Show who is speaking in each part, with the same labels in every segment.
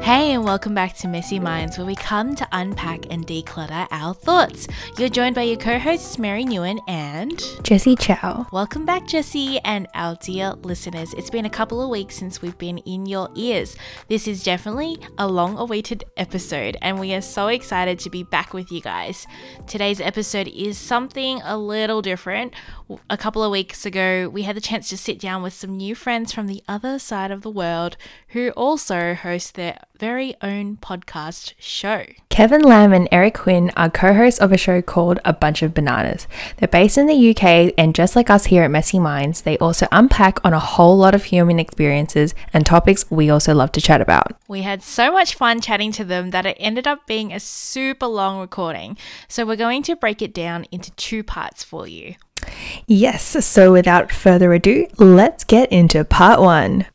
Speaker 1: Hey, and welcome back to Messy Minds, where we come to unpack and declutter our thoughts. You're joined by your co hosts, Mary Newen and.
Speaker 2: Jesse Chow.
Speaker 1: Welcome back, Jesse, and our dear listeners. It's been a couple of weeks since we've been in your ears. This is definitely a long awaited episode, and we are so excited to be back with you guys. Today's episode is something a little different. W- A couple of weeks ago, we had the chance to sit down with some new friends from the other side of the world who also host their very own podcast show.
Speaker 2: Kevin Lamb and Eric Quinn are co hosts of a show called A Bunch of Bananas. They're based in the UK, and just like us here at Messy Minds, they also unpack on a whole lot of human experiences and topics we also love to chat about.
Speaker 1: We had so much fun chatting to them that it ended up being a super long recording. So we're going to break it down into two parts for you.
Speaker 2: Yes, so without further ado, let's get into part one.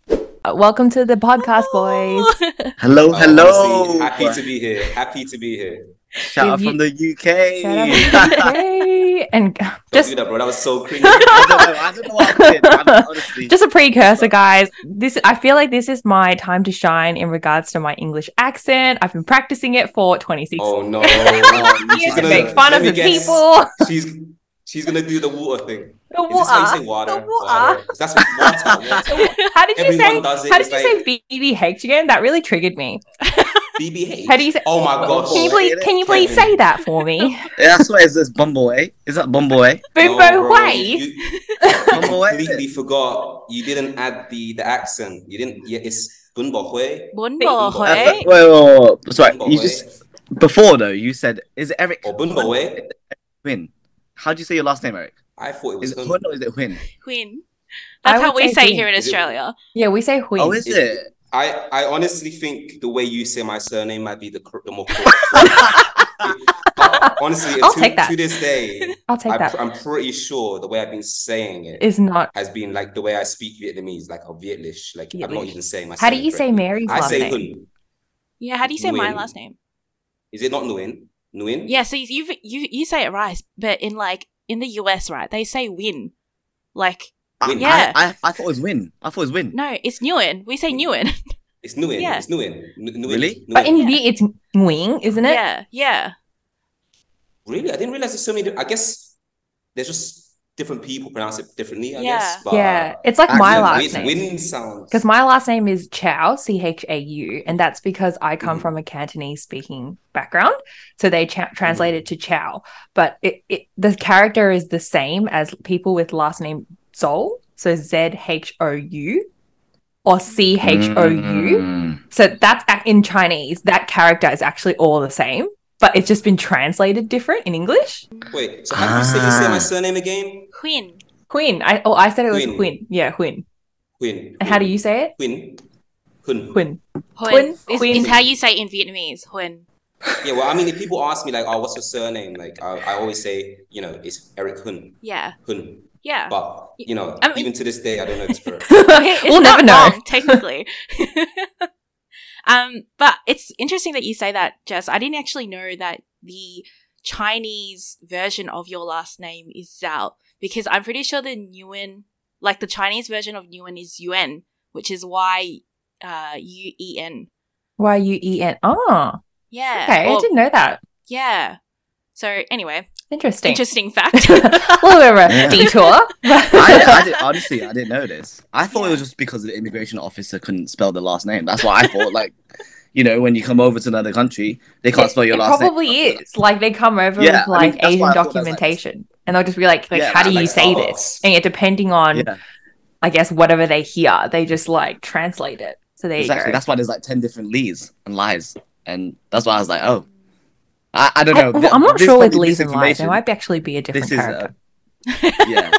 Speaker 2: Uh, Welcome to the podcast, boys.
Speaker 3: Hello,
Speaker 4: Oh,
Speaker 3: hello.
Speaker 4: honestly, Happy to be here. Happy to be here.
Speaker 3: Shout out
Speaker 2: If you-
Speaker 3: from the UK.
Speaker 2: Shout out to the UK. and
Speaker 4: Don't
Speaker 2: just
Speaker 4: do that, bro. That was so cringe.
Speaker 3: I don't know. I don't know what I did. I'm honestly.
Speaker 2: just a precursor guys this i feel like this is my time to shine in regards to my english accent i've been practicing it for 26
Speaker 4: oh no.
Speaker 2: years
Speaker 4: she's
Speaker 2: to make fun
Speaker 4: let
Speaker 2: of
Speaker 4: me
Speaker 2: the
Speaker 4: guess.
Speaker 2: people
Speaker 4: She's she's gonna do the water thing.
Speaker 2: the
Speaker 4: Is this how
Speaker 2: water
Speaker 4: you say water?
Speaker 2: The water.
Speaker 4: Is That's what water. water.
Speaker 2: how did you
Speaker 4: Everyone
Speaker 2: say
Speaker 4: does it.
Speaker 2: how did
Speaker 4: It's
Speaker 2: you
Speaker 4: like
Speaker 2: say bbh again that really triggered me
Speaker 4: BBH.
Speaker 2: how do you say
Speaker 4: Oh my gosh.
Speaker 2: can you please can you please say that for me
Speaker 3: Yeah, that's what it is. It's Bumble, eh? Is that Bumble, eh?
Speaker 2: boom
Speaker 4: bro,
Speaker 2: boom way
Speaker 4: You, you
Speaker 3: Bumble, eh?
Speaker 4: completely forgot. You didn't add the the accent. You didn't. Yeah, it's Bunbohwe.
Speaker 3: That's-
Speaker 1: Bunbohwe.
Speaker 3: Wait, wait, wait, wait. Sorry, you just before though you said is it Eric
Speaker 4: or Bunbohwe.
Speaker 3: Quinn? How do you say your last name, Eric?
Speaker 4: I thought it was.
Speaker 3: Is it
Speaker 4: Hun.
Speaker 3: Quinn or is it Quinn?
Speaker 1: Queen.
Speaker 2: I
Speaker 1: That's
Speaker 2: would
Speaker 1: how we
Speaker 2: say
Speaker 1: say
Speaker 2: Queen.
Speaker 1: here in
Speaker 4: Is it-
Speaker 1: Australia.
Speaker 2: yeah we say hui
Speaker 3: Oh, is it?
Speaker 4: I, I honestly think the way you say my surname might be the, cor- the more correct. honestly,
Speaker 2: I'll
Speaker 4: to,
Speaker 2: take that.
Speaker 4: to this day,
Speaker 2: i'll take
Speaker 4: I,
Speaker 2: that
Speaker 4: am pretty sure the way I've been saying it
Speaker 2: is not
Speaker 4: has been like the way I speak Vietnamese, like a Vietlish. Like I'm not
Speaker 2: Vietlish.
Speaker 4: even saying my.
Speaker 2: how do
Speaker 4: surname
Speaker 2: you say
Speaker 4: correctly.
Speaker 2: mary's
Speaker 4: I
Speaker 2: last
Speaker 4: say
Speaker 2: name
Speaker 4: Hun.
Speaker 1: Yeah, how do you say my
Speaker 4: Nguyen.
Speaker 1: last name?
Speaker 4: Is it not Nguyen? Nguyen?
Speaker 1: Yeah, so you you you say it right, but in like in the US, right? They say win. Like
Speaker 3: I,
Speaker 4: Win.
Speaker 1: Yeah.
Speaker 3: I, I, I thought it was Win. I thought it was Win.
Speaker 1: no, it's Nguyen. We say Nguyen.
Speaker 4: It's Nguyen.
Speaker 1: Yeah.
Speaker 4: It's Nguyen. N- Nguyen.
Speaker 3: Really?
Speaker 2: but in
Speaker 1: Yeah.
Speaker 2: the it's wing isn't it
Speaker 1: yeah, yeah.
Speaker 4: really, I didn't realize there's so many. di- I guess there's just different people pronounce it differently. I
Speaker 1: Yeah.
Speaker 4: guess. But,
Speaker 2: yeah it's like my
Speaker 3: Actually,
Speaker 2: last name
Speaker 4: Win sounds.
Speaker 2: Because my last name is Chow, C H A U, and that's because I come
Speaker 4: Mhm.
Speaker 2: from a Cantonese speaking background. So they cha- translate it to Chow. But it, it, the character is the same as people with last name Zol. So Z H O U or C H O U.
Speaker 3: Mm.
Speaker 2: So that's ac- in Chinese, that character is actually all the same, but it's just been translated different in English.
Speaker 4: Wait, so how do you say you say
Speaker 3: Ah.
Speaker 4: my surname again?
Speaker 1: Queen.
Speaker 2: Quinn. I, oh, I said it was
Speaker 4: Quinn.
Speaker 2: Quinn. Yeah, Quinn.
Speaker 4: Quinn.
Speaker 2: And how do you say it?
Speaker 4: Quinn? Quinn.
Speaker 2: Quinn.
Speaker 1: Huyen
Speaker 2: Queen.
Speaker 1: is,
Speaker 2: Queen.
Speaker 1: is how you say it in Vietnamese. Huyen.
Speaker 4: Yeah, well, I mean, if people ask me like, "Oh, what's your surname?" Like, I, I always say, you know, it's Eric Hun.
Speaker 1: Yeah,
Speaker 4: Hun.
Speaker 1: yeah.
Speaker 4: But you know,
Speaker 1: I mean-
Speaker 4: even to this day, I don't know if it's correct.
Speaker 1: It's
Speaker 2: we'll
Speaker 1: not
Speaker 2: never know.
Speaker 1: wrong, technically. um, but it's interesting that you say that, Jess. I didn't actually know that the Chinese version of your last name is Zhao because I'm pretty sure the Nguyen, like the Chinese version of Nguyen is Yuan, which is Y uh, U E N.
Speaker 2: Y U E N. Oh,
Speaker 1: Yeah.
Speaker 2: okay. I
Speaker 1: Or-
Speaker 2: didn't know that.
Speaker 1: yeah. So anyway,
Speaker 2: Interesting.
Speaker 1: interesting fact.
Speaker 2: a little bit of a
Speaker 3: Yeah.
Speaker 2: detour.
Speaker 3: I, I did, honestly, I didn't know this. I thought it was
Speaker 1: Yeah.
Speaker 3: just because the immigration officer couldn't spell the last name. That's what I thought. Like, you know, when you come over to another country, they can't spell your
Speaker 2: it
Speaker 3: last
Speaker 2: probably
Speaker 3: name.
Speaker 2: is. Like they come over
Speaker 3: Yeah,
Speaker 2: with
Speaker 3: I mean,
Speaker 2: like
Speaker 3: that's why
Speaker 2: Asian
Speaker 3: I thought that was like-
Speaker 2: documentation, and they'll just be like, like
Speaker 3: Yeah,
Speaker 2: "How do
Speaker 3: like
Speaker 2: you say
Speaker 4: Starbucks.
Speaker 2: this?" And yet, depending on
Speaker 3: Yeah,
Speaker 2: I guess whatever they hear, they just like translate it. So there
Speaker 3: exactly.
Speaker 2: you go.
Speaker 3: That's why there's like ten different lees and lies, and that's why I was like, oh, I, I don't know.
Speaker 2: I, am not
Speaker 3: This
Speaker 2: sure with
Speaker 3: probably
Speaker 2: Lee's and Lies. There
Speaker 3: misinformation-
Speaker 2: might actually be a different
Speaker 3: This is uh,
Speaker 2: character.
Speaker 3: yeah.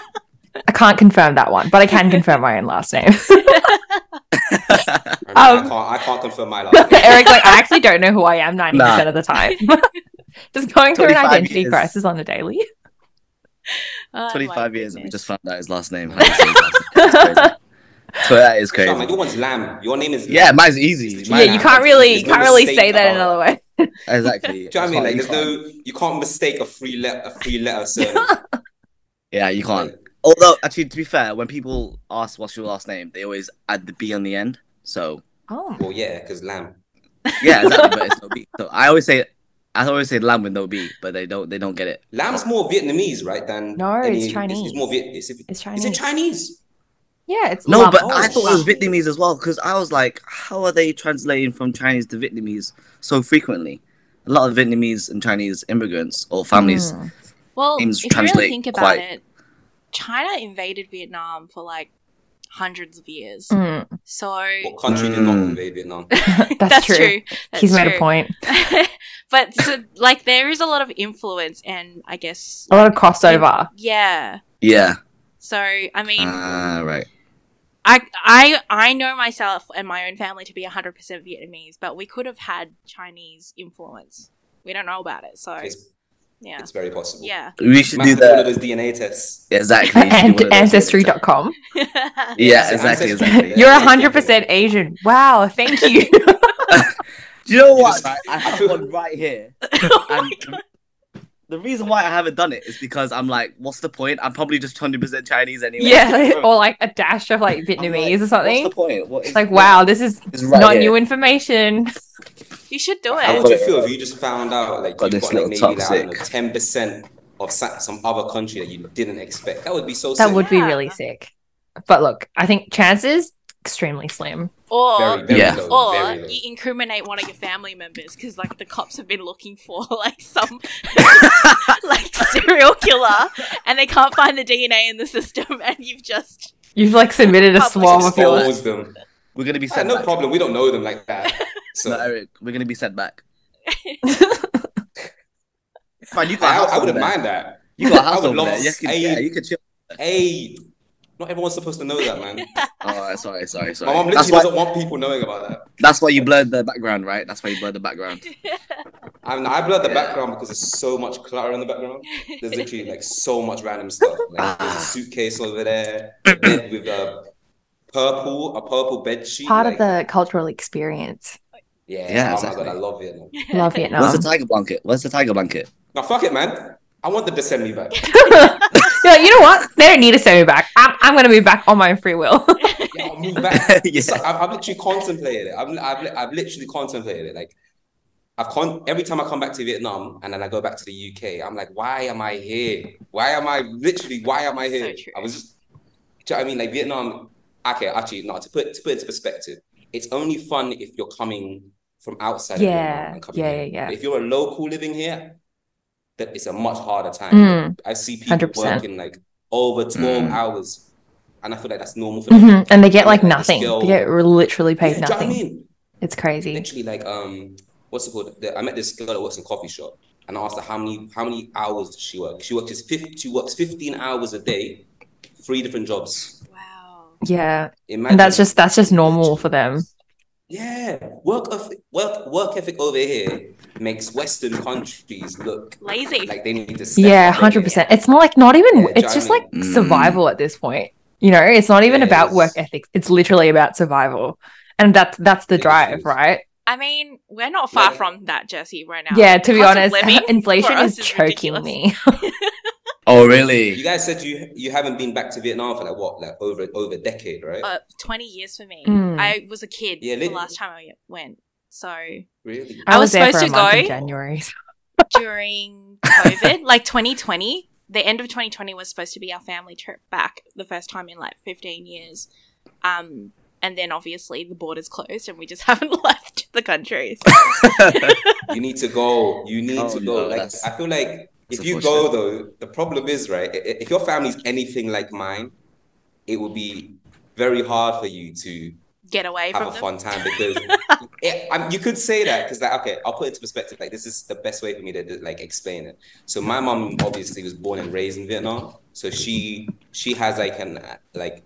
Speaker 4: Oh
Speaker 2: I can't confirm that one, but I can confirm my own last name.
Speaker 4: I, mean, I
Speaker 2: Um.
Speaker 4: can't. I can't confirm my last name.
Speaker 2: Eric's like, I actually don't know who I am 90% of the time. just going through an
Speaker 3: 25
Speaker 2: identity
Speaker 3: years.
Speaker 2: crisis on the daily.
Speaker 1: Oh my
Speaker 3: Twenty-five years, and we
Speaker 1: goodness.
Speaker 3: just found out his last name. so that is
Speaker 4: No, man,
Speaker 3: crazy.
Speaker 4: your one's Lamb. Your name is Lam.
Speaker 3: Yeah, mine's easy.
Speaker 4: Yeah,
Speaker 3: Mine-
Speaker 2: yeah, you can't
Speaker 4: Oh it's-
Speaker 2: really
Speaker 4: it's
Speaker 2: can't
Speaker 4: no
Speaker 2: really
Speaker 4: mistake
Speaker 2: say that
Speaker 4: about-
Speaker 2: another way.
Speaker 3: exactly.
Speaker 4: Do you know what I mean?
Speaker 3: Can't-
Speaker 4: Like,
Speaker 3: you
Speaker 4: there's
Speaker 3: can't-
Speaker 4: no. You can't mistake a free letter. A free letter surname.
Speaker 3: Yeah, you can't. Although, actually, to be fair, when people ask what's your last name, they always add the B on the end. So
Speaker 2: Oh,
Speaker 4: Well, yeah, because Lamb.
Speaker 3: Yeah, exactly. but it's no B. So I always say, I always say lamb with no B, but they don't, they don't get it.
Speaker 4: Lamb's more Vietnamese, right? Than
Speaker 2: No, it's
Speaker 4: any-
Speaker 2: Chinese.
Speaker 4: It's more Viet. It's,
Speaker 2: It's
Speaker 4: Is it
Speaker 2: Chinese.
Speaker 4: Chinese?
Speaker 2: Yeah, it's
Speaker 3: No,
Speaker 2: lamb.
Speaker 3: but
Speaker 4: Oh,
Speaker 3: I thought it was
Speaker 4: shit.
Speaker 3: Vietnamese as well because I was like, how are they translating from Chinese to Vietnamese so frequently? A lot of Vietnamese and Chinese immigrants or families.
Speaker 2: Mm.
Speaker 1: Well,
Speaker 3: Names
Speaker 1: if you really
Speaker 3: translate
Speaker 1: think about
Speaker 3: quite-
Speaker 1: it, China invaded Vietnam for like hundreds of years.
Speaker 2: Mm,
Speaker 1: So
Speaker 4: What country did not
Speaker 3: Mm.
Speaker 4: invade Vietnam?
Speaker 2: that's, true.
Speaker 1: Mm,
Speaker 2: He's
Speaker 1: That's
Speaker 2: made a
Speaker 1: true.
Speaker 2: point.
Speaker 1: but so, like there is a lot of influence and I guess
Speaker 2: A lot of crossover.
Speaker 1: yeah.
Speaker 3: Yeah.
Speaker 1: So I mean,
Speaker 3: Ah, right.
Speaker 1: I I I know myself and my own family to be 100% Vietnamese, but we could have had Chinese influence. We don't know about it. So
Speaker 4: It's,
Speaker 1: yeah.
Speaker 4: it's very possible.
Speaker 1: Yeah.
Speaker 3: We should
Speaker 4: Matt
Speaker 3: do
Speaker 4: did one of
Speaker 3: that.
Speaker 4: those DNA tests.
Speaker 3: Exactly. we should do
Speaker 2: And
Speaker 3: one of those.
Speaker 2: ancestry.com.
Speaker 3: Yeah,
Speaker 4: So
Speaker 3: exactly.
Speaker 4: ancestry-
Speaker 3: exactly.
Speaker 4: Yeah.
Speaker 2: You're 100% Asian. Wow, thank you.
Speaker 3: Do you know
Speaker 4: You
Speaker 3: what?
Speaker 4: just-
Speaker 3: I I have
Speaker 4: feel-
Speaker 3: one right here.
Speaker 1: Oh my
Speaker 3: And the reason why I haven't done it is because I'm like, what's the point? I'm probably just 100% Chinese anyway.
Speaker 2: yeah, or like a dash of like
Speaker 3: I'm like,
Speaker 2: Vietnamese or something.
Speaker 3: What's the point? What is
Speaker 2: Like, wow, this is
Speaker 3: It's right
Speaker 2: not
Speaker 3: here.
Speaker 2: new information.
Speaker 1: You should do
Speaker 4: How
Speaker 1: it.
Speaker 3: I'll
Speaker 4: would
Speaker 3: put
Speaker 4: you
Speaker 3: it
Speaker 4: feel if you just found out like
Speaker 3: Got
Speaker 4: you
Speaker 3: this
Speaker 4: got like
Speaker 3: little
Speaker 4: maybe like, I don't know,
Speaker 3: toxic.
Speaker 4: 10% of sa- some other country that you didn't expect? That would be so
Speaker 2: That
Speaker 4: sick.
Speaker 2: would be
Speaker 1: Yeah.
Speaker 2: really sick. But look, I think chances extremely slim.
Speaker 1: Or
Speaker 4: very, very
Speaker 3: Yeah.
Speaker 4: low,
Speaker 1: or
Speaker 4: very low.
Speaker 1: you incriminate one of your family members because like the cops have been looking for like some like serial killer and they can't find the DNA in the system and you've just
Speaker 2: You've like submitted a
Speaker 1: Public
Speaker 2: swarm of yours.
Speaker 4: Expose them.
Speaker 3: We're going to be
Speaker 4: Ah,
Speaker 3: sent
Speaker 4: no
Speaker 3: back.
Speaker 4: problem. We don't know them like that. So
Speaker 3: No, Eric, we're going to be sent back. Fine, you got a
Speaker 4: I,
Speaker 3: house
Speaker 4: I wouldn't
Speaker 3: over there.
Speaker 4: mind that.
Speaker 3: You got a
Speaker 4: I
Speaker 3: house
Speaker 4: would
Speaker 3: over
Speaker 4: love
Speaker 3: there.
Speaker 4: to
Speaker 3: You can,
Speaker 4: stay-
Speaker 3: yeah, you can chill.
Speaker 4: Hey, not everyone's supposed to know that, man.
Speaker 3: Oh, sorry, sorry,
Speaker 4: My
Speaker 3: sorry.
Speaker 4: mom
Speaker 3: That's
Speaker 4: literally
Speaker 3: why,
Speaker 4: doesn't want people knowing about that.
Speaker 3: that's why you blurred the background, right? That's why you blurred the background.
Speaker 4: I mean, I blur the
Speaker 3: Yeah.
Speaker 4: background because there's so much clutter in the background. There's literally like so much random stuff. Like there's a suitcase over there, a bed with a purple, a purple bed sheet.
Speaker 2: Part
Speaker 4: like,
Speaker 2: of the cultural experience.
Speaker 4: yeah,
Speaker 3: Yeah,
Speaker 4: oh
Speaker 3: exactly.
Speaker 4: my god, I love Vietnam.
Speaker 2: Love
Speaker 3: Where's
Speaker 2: Vietnam.
Speaker 3: the tiger blanket? Where's the tiger blanket?
Speaker 4: Now fuck it, man. I want them to send me back.
Speaker 2: yeah, you know what? They don't need to send me back. I'm, I'm going to move back on my own free will.
Speaker 4: Yeah, I'll move back.
Speaker 3: Yeah.
Speaker 4: So I've, I've literally contemplated it. I've, I've, I've literally contemplated it. Like, I've con- every time I come back to Vietnam and then I go back to the UK, I'm like, why am I here? Why am I literally? Why am I
Speaker 1: So
Speaker 4: here?
Speaker 1: true.
Speaker 4: I was just. Do you know what I mean? Like Vietnam. Okay, actually, no. To put to put it into perspective, it's only fun if you're coming from outside. of Vietnam
Speaker 2: yeah.
Speaker 4: and coming
Speaker 2: Yeah,
Speaker 4: here.
Speaker 2: yeah, yeah.
Speaker 4: But if you're a local living here, that it's a much harder time.
Speaker 2: Mm.
Speaker 4: I see people
Speaker 2: 100%.
Speaker 4: working like over twelve
Speaker 3: Mm.
Speaker 4: hours, and I feel like that's normal for them.
Speaker 2: Mhm. And they get like
Speaker 4: Like the
Speaker 2: nothing.
Speaker 4: skill.
Speaker 2: They get re- literally paid
Speaker 4: Yeah, do you know what I
Speaker 2: nothing.
Speaker 4: mean?
Speaker 2: It's crazy.
Speaker 4: literally like um what's it called The- i met this girl that works in a coffee shop and i asked her how many how many hours does she work she works just 50 she works 15 hours a day three different jobs
Speaker 1: wow.
Speaker 2: Yeah.
Speaker 4: imagine
Speaker 2: And that's just that's just normal for them.
Speaker 4: yeah work of work work ethic over here makes western countries look
Speaker 1: Lazy.
Speaker 4: like they need to step
Speaker 2: Yeah,
Speaker 4: up their
Speaker 2: hundred
Speaker 4: game.
Speaker 2: percent. It's not like not even.
Speaker 4: Yeah,
Speaker 2: it's just like
Speaker 4: driving.
Speaker 3: Mm.
Speaker 2: survival at this point. You know, it's not even
Speaker 4: Yeah, it
Speaker 2: about
Speaker 4: is.
Speaker 2: work ethics. It's literally about survival, and that's that's the
Speaker 4: It is, it
Speaker 2: drive,
Speaker 4: is.
Speaker 2: right?
Speaker 1: I mean, we're not far
Speaker 4: Yeah.
Speaker 1: from that, Jesse, right now.
Speaker 2: Yeah. To be
Speaker 1: Cost of
Speaker 2: honest,
Speaker 1: living
Speaker 2: inflation
Speaker 1: for us
Speaker 2: is choking
Speaker 1: ridiculous.
Speaker 2: me.
Speaker 3: Oh, really?
Speaker 4: you guys said you you haven't been back to vietnam for like what like over over a decade right
Speaker 1: Uh, 20 years for me.
Speaker 2: Mm.
Speaker 1: I was a kid
Speaker 4: Yeah,
Speaker 1: the
Speaker 4: lit-
Speaker 1: last time I went. So
Speaker 4: really
Speaker 1: I was
Speaker 2: there for
Speaker 1: supposed
Speaker 2: a
Speaker 1: to
Speaker 2: month in
Speaker 1: go.
Speaker 2: January.
Speaker 1: during COVID, like 2020, the end of 2020 was supposed to be our family trip back the first time in like 15 years. Um, and then obviously the borders closed and we just haven't left the country. So,
Speaker 4: You need to go. You need
Speaker 3: Oh,
Speaker 4: to
Speaker 3: no,
Speaker 4: go. like
Speaker 3: that's-
Speaker 4: I feel like
Speaker 3: that's
Speaker 4: if you go
Speaker 3: unfortunate.
Speaker 4: though, the problem is right. i- i- If your family's anything like mine, it will be very hard for you to
Speaker 1: get away
Speaker 4: have a
Speaker 1: from them.
Speaker 4: fun time because it, um, you could say that because like okay, I'll put it into perspective. Like this is the best way for me to like explain it. So my mom obviously was born and raised in Vietnam, so she she has like an uh, like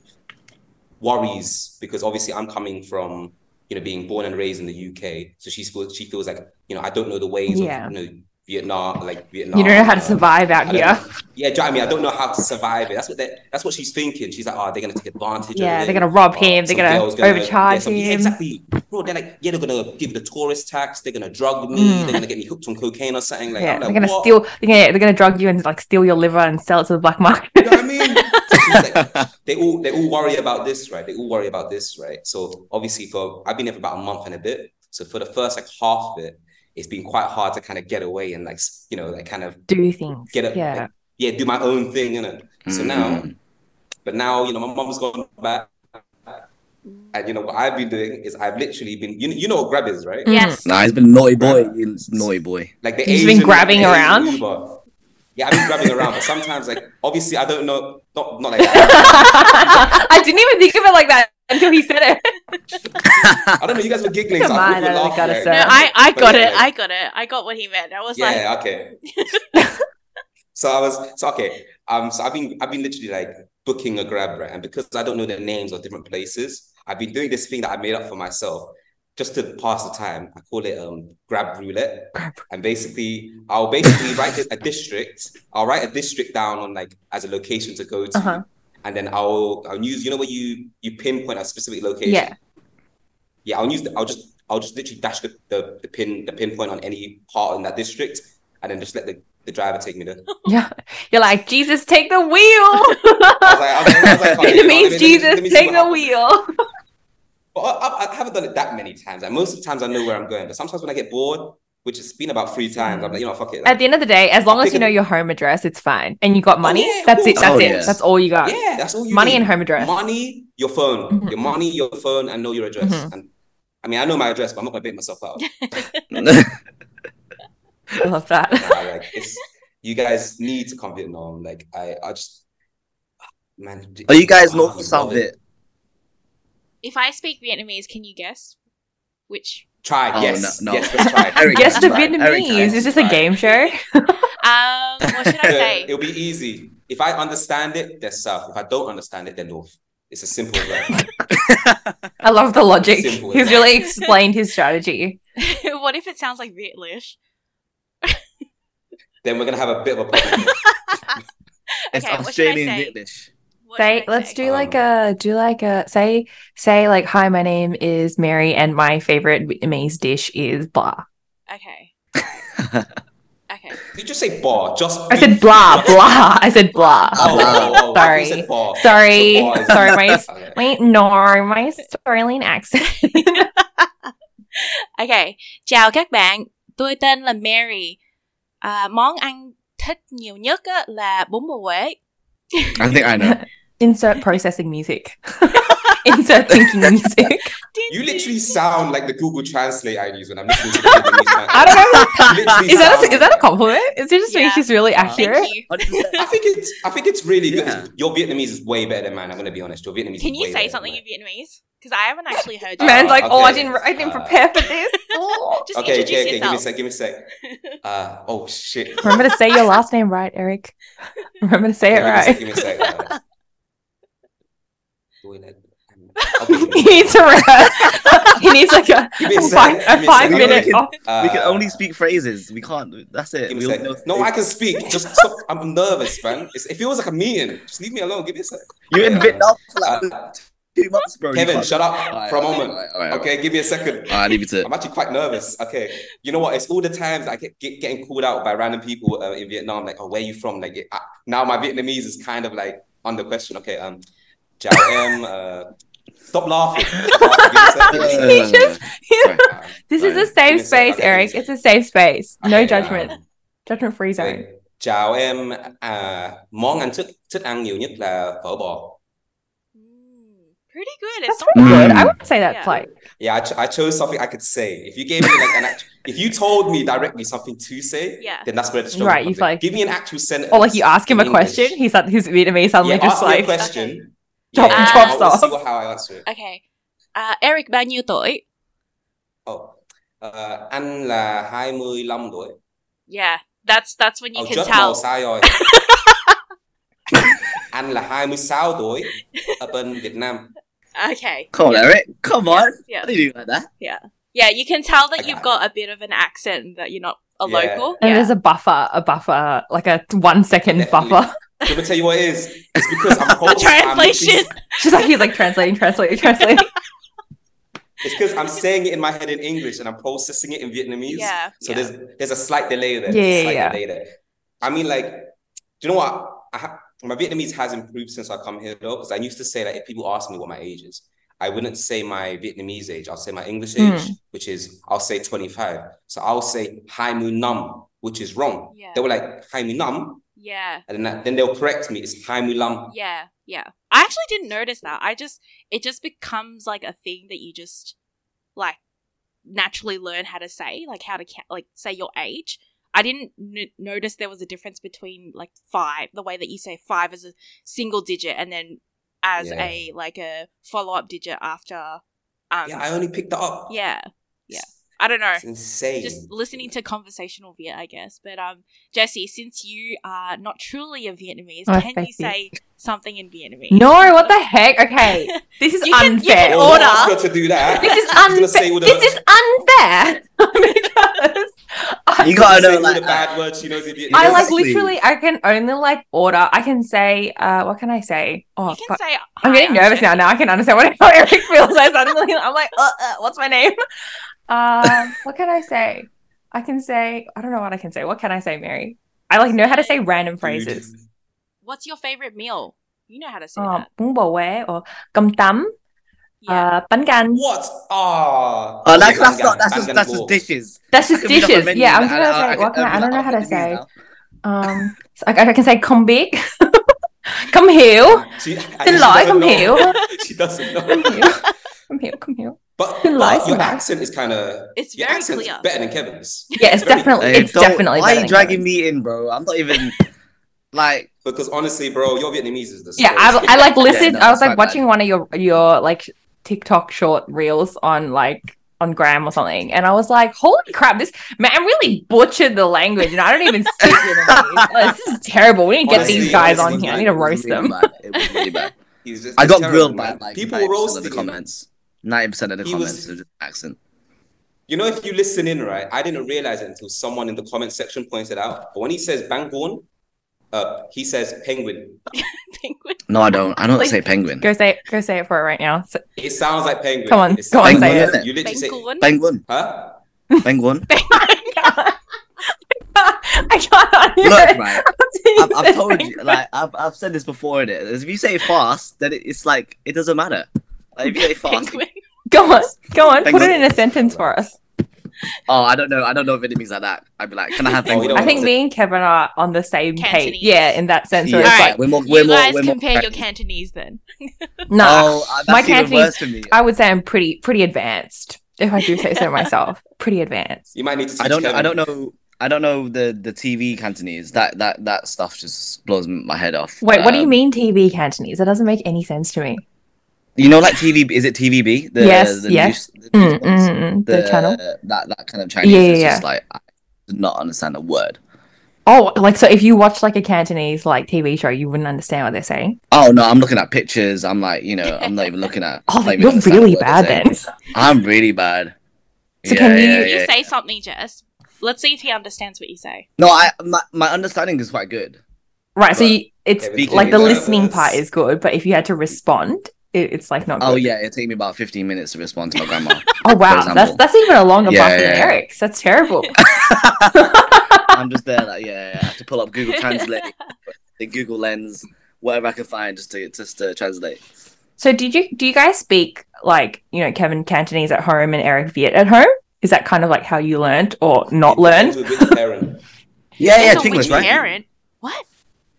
Speaker 4: worries because obviously I'm coming from you know being born and raised in the UK, so she feels she feels like you know I don't know the ways
Speaker 2: Yeah.
Speaker 4: of you know Vietnam, like Vietnam.
Speaker 2: You don't know how to
Speaker 1: Oh,
Speaker 4: uh,
Speaker 2: survive out
Speaker 4: I don't
Speaker 2: here.
Speaker 4: know- Yeah, do you know what I mean? I don't know how to survive it. That's what they, that's what she's thinking. She's like, oh, they're gonna take advantage.
Speaker 2: Yeah,
Speaker 4: of
Speaker 2: they're
Speaker 4: it.
Speaker 2: gonna rob
Speaker 4: Oh,
Speaker 2: him. They're
Speaker 4: some
Speaker 2: gonna
Speaker 4: girl's gonna-
Speaker 2: overcharge
Speaker 4: yeah, some- yeah,
Speaker 2: him.
Speaker 4: exactly, bro. They're like, yeah, they're gonna give the tourist tax. They're gonna drug me.
Speaker 2: Mm.
Speaker 4: They're gonna get me hooked on cocaine or something. Like,
Speaker 2: yeah,
Speaker 4: I'm
Speaker 2: they're
Speaker 4: like,
Speaker 2: gonna
Speaker 4: what?
Speaker 2: steal. They're gonna, they're gonna drug you and like steal your liver and sell it to the black market.
Speaker 4: You know what I mean? It's like, they all they all worry about this, right? They all worry about this, right? So obviously, for I've been there for about a month and a bit. So for the first like half of it, it's been quite hard to kind of get away and like s- you know like kind of
Speaker 2: do things.
Speaker 4: get up,
Speaker 2: yeah.
Speaker 4: like, yeah, do my own thing, you know. So now,
Speaker 1: Mm-hmm.
Speaker 4: but now you know my mom's gone back, and you know what I've been doing is I've literally been you you know what grab is right?
Speaker 2: Mm.
Speaker 1: Yes.
Speaker 3: Nah, he's been naughty boy. He's naughty boy.
Speaker 4: Like the
Speaker 2: You've just been
Speaker 4: Asian-
Speaker 2: grabbing
Speaker 4: Asian
Speaker 2: around?
Speaker 4: Uber. Yeah, I've been grabbing around, but sometimes like obviously I don't know, not not like that.
Speaker 2: I didn't even think of it like that until he said it.
Speaker 4: I don't know. You guys were giggling.
Speaker 2: Come
Speaker 4: so I
Speaker 2: on,
Speaker 4: thought you were
Speaker 2: I don't
Speaker 4: laughing,
Speaker 2: gotta
Speaker 4: right?
Speaker 2: say.
Speaker 1: No, I, I
Speaker 4: But
Speaker 1: got
Speaker 4: yeah,
Speaker 1: it.
Speaker 4: like-
Speaker 1: I got it. I got what he meant. I was like,
Speaker 4: yeah, okay. so I was so okay. Um, so I've been I've been literally like booking a grab right, and because I don't know the names of different places, I've been doing this thing that I made up for myself just to pass the time. I call it um grab roulette, and basically I'll basically write a district. I'll write a district down on like as a location to go to,
Speaker 2: Uh-huh.
Speaker 4: and then I'll I'll use you know where you you pinpoint a specific location.
Speaker 2: Yeah.
Speaker 4: Yeah, I'll use the, I'll just I'll just literally dash the, the, the pin the pinpoint on any part in that district and then just let the, the driver take me there.
Speaker 2: Yeah. You're like, Jesus, take the wheel.
Speaker 4: I was like, I was like, I was like, "Fuck
Speaker 2: it
Speaker 4: you know, let me-
Speaker 2: means
Speaker 4: let me-
Speaker 2: Jesus,
Speaker 4: let me see
Speaker 2: take
Speaker 4: what
Speaker 2: the
Speaker 4: happens."
Speaker 2: wheel.
Speaker 4: But I, I, I haven't done it that many times. Like most of the times, I know where I'm going. But sometimes when I get bored, which has been about three times, I'm like, you know, fuck it.
Speaker 2: At
Speaker 4: Like,
Speaker 2: the end of the day, as long
Speaker 4: I
Speaker 2: as you
Speaker 4: think-
Speaker 2: know your home address, it's fine. And you got money,
Speaker 4: Oh, yeah, of
Speaker 2: that's it.
Speaker 4: course.
Speaker 2: That's
Speaker 3: Oh,
Speaker 2: it.
Speaker 3: yes.
Speaker 2: That's all you got.
Speaker 4: yeah, that's all you
Speaker 2: money
Speaker 4: need.
Speaker 2: and home address.
Speaker 4: Money, your phone,
Speaker 2: Mhm.
Speaker 4: your money, your phone, and know your address.
Speaker 2: Mhm.
Speaker 4: And I mean, I know my address, but I'm not gonna beat myself up.
Speaker 2: I love that.
Speaker 4: Nah, like, it's, you guys need to come here, Norm. Like, I, I just, man.
Speaker 3: Are you guys
Speaker 4: wow,
Speaker 3: north or south
Speaker 4: love
Speaker 3: of it?
Speaker 1: if I speak Vietnamese, can you guess which?
Speaker 4: Try,
Speaker 3: Oh,
Speaker 4: yes,
Speaker 3: no, no.
Speaker 4: yes, let's try.
Speaker 3: Eric,
Speaker 2: Yes, the
Speaker 3: Right, Eric,
Speaker 2: Vietnamese.
Speaker 3: right,
Speaker 2: Is this a
Speaker 4: right.
Speaker 2: game show?
Speaker 1: Um, what should I say?
Speaker 4: It'll be easy. If I understand it, they're south. If I don't understand it, they're north. It's as simple as that.
Speaker 2: I love the logic.
Speaker 4: Simple as
Speaker 2: He's
Speaker 4: that.
Speaker 2: really explained his strategy.
Speaker 1: what if it sounds like Vietlish?
Speaker 4: then we're gonna have a bit of a problem.
Speaker 1: Okay,
Speaker 3: It's
Speaker 1: what should I
Speaker 3: Australian
Speaker 1: say?
Speaker 3: English.
Speaker 1: What
Speaker 2: Say,
Speaker 1: should I
Speaker 2: let's
Speaker 1: say?
Speaker 2: do like a do like a say say like hi, my name is Mary, and my favorite Vietnamese dish is blah.
Speaker 1: Okay. Okay.
Speaker 4: you just say bar, just
Speaker 2: I said blah blah. I said blah.
Speaker 4: Oh, oh, oh,
Speaker 2: Sorry.
Speaker 4: you said bar.
Speaker 2: Sorry,
Speaker 4: The bar is-
Speaker 2: sorry, my
Speaker 4: Okay.
Speaker 2: wait, no, my Australian accent.
Speaker 1: Okay. Chào các bạn. Tôi tên là Mary. À, món ăn thích nhiều nhất á, là bún bò Huế.
Speaker 3: I think I know.
Speaker 2: Insert processing music. Insert thinking music.
Speaker 4: You literally sound like the Google Translate I use when I'm listening to the Vietnamese language.
Speaker 2: I don't know.
Speaker 4: Literally
Speaker 2: Is that a,
Speaker 4: sound-
Speaker 2: is that a compliment? Is it just me?
Speaker 1: Yeah.
Speaker 2: She's really
Speaker 1: Thank
Speaker 2: accurate.
Speaker 1: you.
Speaker 3: 100%.
Speaker 4: I think it's I think it's really good.
Speaker 3: Yeah.
Speaker 4: Your Vietnamese is way better than mine. I'm gonna be honest. Your Vietnamese. is
Speaker 1: Can you
Speaker 4: way
Speaker 1: say
Speaker 4: better
Speaker 1: something in
Speaker 4: than
Speaker 1: Vietnamese? Because I haven't actually heard you.
Speaker 4: Man,
Speaker 2: Man's like, oh, I
Speaker 4: okay.
Speaker 2: didn't, I didn't
Speaker 4: Uh,
Speaker 2: prepare for this.
Speaker 1: Just
Speaker 4: mine. Okay, okay,
Speaker 1: introduce
Speaker 4: okay. Give me a
Speaker 1: yourself.
Speaker 4: sec. Give me a sec. Uh, oh shit.
Speaker 2: Remember to say your last name right, Eric. Remember to say it right.
Speaker 4: Give me a sec. Give me a sec. Okay,
Speaker 2: He needs a rest. He needs like a,
Speaker 4: give me a
Speaker 2: a
Speaker 4: sec,
Speaker 2: five, a
Speaker 4: give me a
Speaker 2: five
Speaker 4: sec.
Speaker 2: minute.
Speaker 3: We can-
Speaker 2: off.
Speaker 4: Uh,
Speaker 3: we can only speak phrases. We can't. That's it.
Speaker 4: Give me
Speaker 3: We
Speaker 4: a
Speaker 3: all
Speaker 4: sec.
Speaker 3: know
Speaker 4: No, I can speak. Just stop. I'm nervous, man. It's, if it was like a meeting, just leave me alone. Give me a sec.
Speaker 3: You're in
Speaker 4: Yeah.
Speaker 3: Vietnam for like
Speaker 4: Uh,
Speaker 3: two months, bro. You
Speaker 4: Kevin,
Speaker 3: can't-
Speaker 4: shut up
Speaker 3: Alright,
Speaker 4: for a
Speaker 3: alright,
Speaker 4: moment.
Speaker 3: alright, alright, alright.
Speaker 4: Okay, give me a second.
Speaker 3: Alright, leave it to.
Speaker 4: I'm actually quite nervous. Okay, you know what? It's all the times I get, get getting called out by random people uh, in Vietnam. Like, oh, where you from? Like, it, I, now my Vietnamese is kind of like under question. Okay, um, Chào em. Uh, stop laughing. Stop laughing. Give me a second, give me a
Speaker 2: He's just-
Speaker 3: Sorry.
Speaker 4: second. Um,
Speaker 2: This is
Speaker 3: Sorry.
Speaker 2: a safe
Speaker 4: Give me a sec.
Speaker 2: space,
Speaker 4: Okay, give me a
Speaker 2: Eric.
Speaker 4: sec.
Speaker 2: It's a safe space. No
Speaker 4: okay,
Speaker 2: judgment.
Speaker 4: um,
Speaker 2: Judgment free zone.
Speaker 4: okay. Chào em. À, món ăn thích thích ăn nhiều nhất là phở bò.
Speaker 1: Mm, pretty good. It's
Speaker 2: That's
Speaker 1: not
Speaker 2: really
Speaker 3: Mm.
Speaker 2: good. I would say that's
Speaker 1: Yeah.
Speaker 2: like
Speaker 4: Yeah, I, ch- I chose something I could say. If you gave me like an act- if you told me directly something to say,
Speaker 1: Yeah.
Speaker 4: then that's where the struggle
Speaker 2: Right,
Speaker 4: comes
Speaker 2: you've
Speaker 4: in.
Speaker 2: like-
Speaker 4: give me an actual sentence.
Speaker 2: or like you ask him a
Speaker 4: in English.
Speaker 2: question, he's like his Vietnamese suddenly
Speaker 4: yeah,
Speaker 2: just
Speaker 4: ask me a
Speaker 2: like
Speaker 4: question.
Speaker 2: drop-
Speaker 4: yeah,
Speaker 1: drops
Speaker 4: I'll
Speaker 2: off.
Speaker 4: see what- how I answer it.
Speaker 1: Okay. À, Eric bao nhiêu tuổi?
Speaker 4: Oh, uh, anh là 25 tuổi.
Speaker 1: Yeah, that's that's when you
Speaker 4: Oh,
Speaker 1: can
Speaker 4: chết
Speaker 1: tell.
Speaker 4: màu sai rồi. anh là 26 tuổi ở bên Việt Nam.
Speaker 1: Okay.
Speaker 3: Come on, Eric. Come on.
Speaker 1: Yeah.
Speaker 3: How do you do it like that?
Speaker 1: Yeah, you can tell that
Speaker 4: I
Speaker 1: you've
Speaker 4: got
Speaker 1: got a bit of an accent that you're not a
Speaker 4: Yeah.
Speaker 1: local.
Speaker 2: and
Speaker 1: Yeah.
Speaker 2: there's a buffer, a buffer, like a one second
Speaker 4: Definitely.
Speaker 2: buffer.
Speaker 4: Let me tell you what it is. It's because I'm host. I'm literally-
Speaker 1: translation.
Speaker 2: She's like he's like translating, translating, translating.
Speaker 4: It's because I'm saying it in my head in English and I'm processing it in Vietnamese.
Speaker 1: Yeah,
Speaker 4: So
Speaker 1: yeah.
Speaker 4: there's there's a slight delay there.
Speaker 2: Yeah, yeah,
Speaker 4: slight
Speaker 2: yeah.
Speaker 4: delay there. I mean, like, do you know what? I ha- my Vietnamese has improved since I come here though, because I used to say that if people ask me what my age is, I wouldn't say my Vietnamese age. I'll say my English
Speaker 2: Mm.
Speaker 4: age, which is I'll say 25. So I'll say Hai Mu Nam, which is wrong.
Speaker 1: Yeah.
Speaker 4: They were like Hai Mu Nam,
Speaker 1: Yeah.
Speaker 4: and then, that, then they'll correct me. It's Hai Mu Lam.
Speaker 1: Yeah. Yeah. I actually didn't notice that. I just it just becomes like a thing that you just like naturally learn how to say, like how to ca- like say your age. I didn't n- notice there was a difference between like five, the way that you say five as a single digit, and then as
Speaker 4: Yeah.
Speaker 1: a like a follow up digit after. Um,
Speaker 4: Yeah, I only picked that up.
Speaker 1: yeah. yeah. I don't know.
Speaker 4: It's insane.
Speaker 1: just listening to conversational Viet, I guess. But um, Jesse, since you are not truly a Vietnamese,
Speaker 2: Oh,
Speaker 1: can
Speaker 2: thank
Speaker 1: you
Speaker 2: you.
Speaker 1: say something in Vietnamese?
Speaker 2: No, what the heck? Okay, this is
Speaker 1: You can- you
Speaker 2: unfair.
Speaker 1: can
Speaker 4: Well,
Speaker 1: order.
Speaker 4: ask her to do that.
Speaker 2: This is
Speaker 4: She's gonna
Speaker 2: unfair.
Speaker 4: say all the-
Speaker 2: This is unfair because I-
Speaker 3: You gotta
Speaker 4: she's gonna say
Speaker 3: know
Speaker 4: all
Speaker 3: like
Speaker 4: the
Speaker 3: that.
Speaker 4: bad words she knows in Vietnamese.
Speaker 2: I like
Speaker 3: Exactly.
Speaker 2: literally. I can only like order. I can say. Uh, what can I say? Oh,
Speaker 1: you can
Speaker 2: fuck.
Speaker 1: say.
Speaker 2: I'm getting
Speaker 1: "Hi,
Speaker 2: nervous now.
Speaker 1: Jesse."
Speaker 2: Now I can understand what how Eric feels. I suddenly, I'm like, uh, uh, what's my name? Um, what can I say? I can say. I don't know what I can say. What can I say, Mary? I like know how to say random phrases.
Speaker 4: Dude.
Speaker 1: What's your favorite meal? You know how to say
Speaker 2: Um,
Speaker 1: that.
Speaker 2: bún bò huế or cơm tấm,
Speaker 1: Yeah.
Speaker 2: uh, bánh canh.
Speaker 4: What? Ah.
Speaker 3: Oh, that's,
Speaker 4: Bangan,
Speaker 3: that's not that's just
Speaker 4: bangan
Speaker 3: that's
Speaker 4: ball.
Speaker 3: just dishes.
Speaker 2: That's just
Speaker 3: That could be like a
Speaker 2: dishes.
Speaker 3: menu
Speaker 2: Yeah, I was
Speaker 3: that-
Speaker 2: gonna say. what can I? I
Speaker 3: I'm
Speaker 2: don't know
Speaker 3: like,
Speaker 2: how to
Speaker 3: Vietnamese
Speaker 2: say.
Speaker 3: now.
Speaker 2: Um, so I, I can say come big, come here,
Speaker 4: She, and she
Speaker 2: xin lỗi,
Speaker 4: doesn't
Speaker 2: come
Speaker 4: know.
Speaker 2: here,
Speaker 4: She doesn't
Speaker 2: come
Speaker 4: know.
Speaker 2: here, come here, come here.
Speaker 4: But,
Speaker 2: Xin lỗi,
Speaker 4: but
Speaker 2: xin
Speaker 4: your
Speaker 2: lỗi.
Speaker 4: accent is kind of
Speaker 1: It's
Speaker 4: your
Speaker 1: very
Speaker 4: accent's
Speaker 1: clear.
Speaker 4: better than Kevin's
Speaker 2: Yeah, it's
Speaker 4: Very-
Speaker 2: definitely,
Speaker 3: Hey,
Speaker 2: it's
Speaker 3: don't-
Speaker 2: definitely.
Speaker 3: Why
Speaker 2: better
Speaker 3: are you
Speaker 2: than
Speaker 3: dragging
Speaker 2: Kevin's.
Speaker 3: me in, bro? I'm not even like
Speaker 4: because honestly, bro, your Vietnamese is the
Speaker 2: Yeah,
Speaker 4: scariest.
Speaker 2: I, I like listened.
Speaker 3: no,
Speaker 2: I was
Speaker 3: it's
Speaker 2: like
Speaker 3: my bad.
Speaker 2: watching one of your your like TikTok short reels on like on Gram or something, and I was like, "Holy crap! This man really butchered the language, and I don't even speak Vietnamese. Like, this is terrible. We need to get
Speaker 4: Honestly,
Speaker 2: these guys
Speaker 4: honestly,
Speaker 2: on here. I
Speaker 4: man,
Speaker 2: need to
Speaker 3: it was
Speaker 2: roast
Speaker 3: really
Speaker 2: them."
Speaker 3: bad. It was really bad.
Speaker 4: He's just-
Speaker 3: I
Speaker 4: he's
Speaker 3: got
Speaker 4: terrible,
Speaker 3: grilled
Speaker 4: man.
Speaker 3: by like
Speaker 4: people
Speaker 3: 90%
Speaker 4: roasted
Speaker 3: of the
Speaker 4: him.
Speaker 3: comments. Ninety percent of the
Speaker 4: He was-
Speaker 3: comments was just accent.
Speaker 4: You know, if you listen in, right, I didn't realize it until someone in the comment section pointed out. But when he says Bangon, uh, he says penguin.
Speaker 1: Penguin.
Speaker 3: No, I don't. I don't
Speaker 2: Like-
Speaker 3: say penguin.
Speaker 2: Go say it. Go say it for it right now. So,
Speaker 4: It sounds like penguin.
Speaker 2: Come on,
Speaker 4: It
Speaker 2: come on,
Speaker 4: sounds
Speaker 3: say
Speaker 4: like-
Speaker 3: it.
Speaker 4: You literally say,
Speaker 1: Penguin.
Speaker 3: Penguin.
Speaker 4: huh?
Speaker 3: Penguin.
Speaker 2: I can't hear
Speaker 3: Look,
Speaker 2: it.
Speaker 3: right.
Speaker 2: until
Speaker 3: I've, I've
Speaker 2: said
Speaker 3: told
Speaker 2: thank
Speaker 3: you, like I've, I've said this before in it. If you say it fast, then it, it's like it doesn't matter. Like, if you say it fast,
Speaker 1: Penguin.
Speaker 2: Go on, go on.
Speaker 3: Thank
Speaker 2: Put
Speaker 3: you.
Speaker 2: it in a sentence for us.
Speaker 3: oh, I don't know, I don't know if it means like that. I'd be like, can I have
Speaker 4: Oh, you
Speaker 3: penguin?
Speaker 4: don't
Speaker 2: I think
Speaker 4: know.
Speaker 2: me and Kevin are on the same page.
Speaker 1: Cantonese.
Speaker 2: Yeah, in that sense. where
Speaker 3: Yeah,
Speaker 2: it's
Speaker 1: Alright.
Speaker 2: like,
Speaker 3: we're more, we're
Speaker 1: You
Speaker 3: more,
Speaker 1: guys
Speaker 3: we're more
Speaker 1: compare your
Speaker 3: practiced.
Speaker 1: Cantonese then.
Speaker 2: nah.
Speaker 3: Oh, uh, that's
Speaker 2: My
Speaker 3: even
Speaker 2: Cantonese-
Speaker 3: worse for me.
Speaker 2: I would say I'm pretty pretty advanced, if I do say so myself. Pretty advanced.
Speaker 4: You might need to.
Speaker 3: I
Speaker 4: teach
Speaker 3: don't know. I
Speaker 4: Kevin.
Speaker 3: don't know. I don't know the the TV Cantonese. That that that stuff just blows m- my head off.
Speaker 2: Wait, what do you
Speaker 3: Um,
Speaker 2: mean TV Cantonese? That doesn't make any sense to me.
Speaker 3: You know, like TV. Is it TVB? The,
Speaker 2: Yes,
Speaker 3: The
Speaker 2: yes.
Speaker 3: News, the,
Speaker 2: Mm,
Speaker 3: news ones?
Speaker 2: mm, mm, the, channel.
Speaker 3: That that kind of Chinese.
Speaker 2: Yeah,
Speaker 3: Yeah,
Speaker 2: yeah,
Speaker 3: It's just like I did not understand a word.
Speaker 2: Oh, like so if you watch like a Cantonese like TV show, you wouldn't understand what they're saying.
Speaker 3: Oh no, I'm looking at pictures. I'm like, you know, I'm not even looking at.
Speaker 2: Oh,
Speaker 3: not even
Speaker 2: you're
Speaker 3: understanding
Speaker 2: really
Speaker 3: what they're
Speaker 2: bad
Speaker 3: saying.
Speaker 2: then.
Speaker 3: I'm really bad.
Speaker 2: So can you-
Speaker 1: You say something, Jess. Let's see if he understands what you say.
Speaker 3: No, I my, my understanding is quite good.
Speaker 2: Right. So
Speaker 4: But
Speaker 2: you, it's
Speaker 4: Kevin,
Speaker 2: like the
Speaker 3: Cantonese
Speaker 2: listening
Speaker 4: nervous.
Speaker 2: part is good, but if you had to respond, it, it's like not good.
Speaker 3: Oh yeah, it took me about 15 minutes to respond to my grandma.
Speaker 2: Oh wow,
Speaker 3: example.
Speaker 2: that's that's even a longer
Speaker 3: Yeah,
Speaker 2: part than
Speaker 3: yeah, yeah.
Speaker 2: Eric's. That's terrible.
Speaker 3: I'm just there like, yeah, yeah, yeah, I have to pull up Google Translate, the Google Lens, whatever I can find just to just to translate.
Speaker 2: so did you do you guys speak like you know Kevin Cantonese at home and Eric Viet at home? Is that kind of like how you learned or not
Speaker 4: It
Speaker 2: learned?
Speaker 4: depends with which parent.
Speaker 3: Yeah, yeah,
Speaker 1: Depends on
Speaker 3: English,
Speaker 1: which
Speaker 3: right?
Speaker 1: parent. What?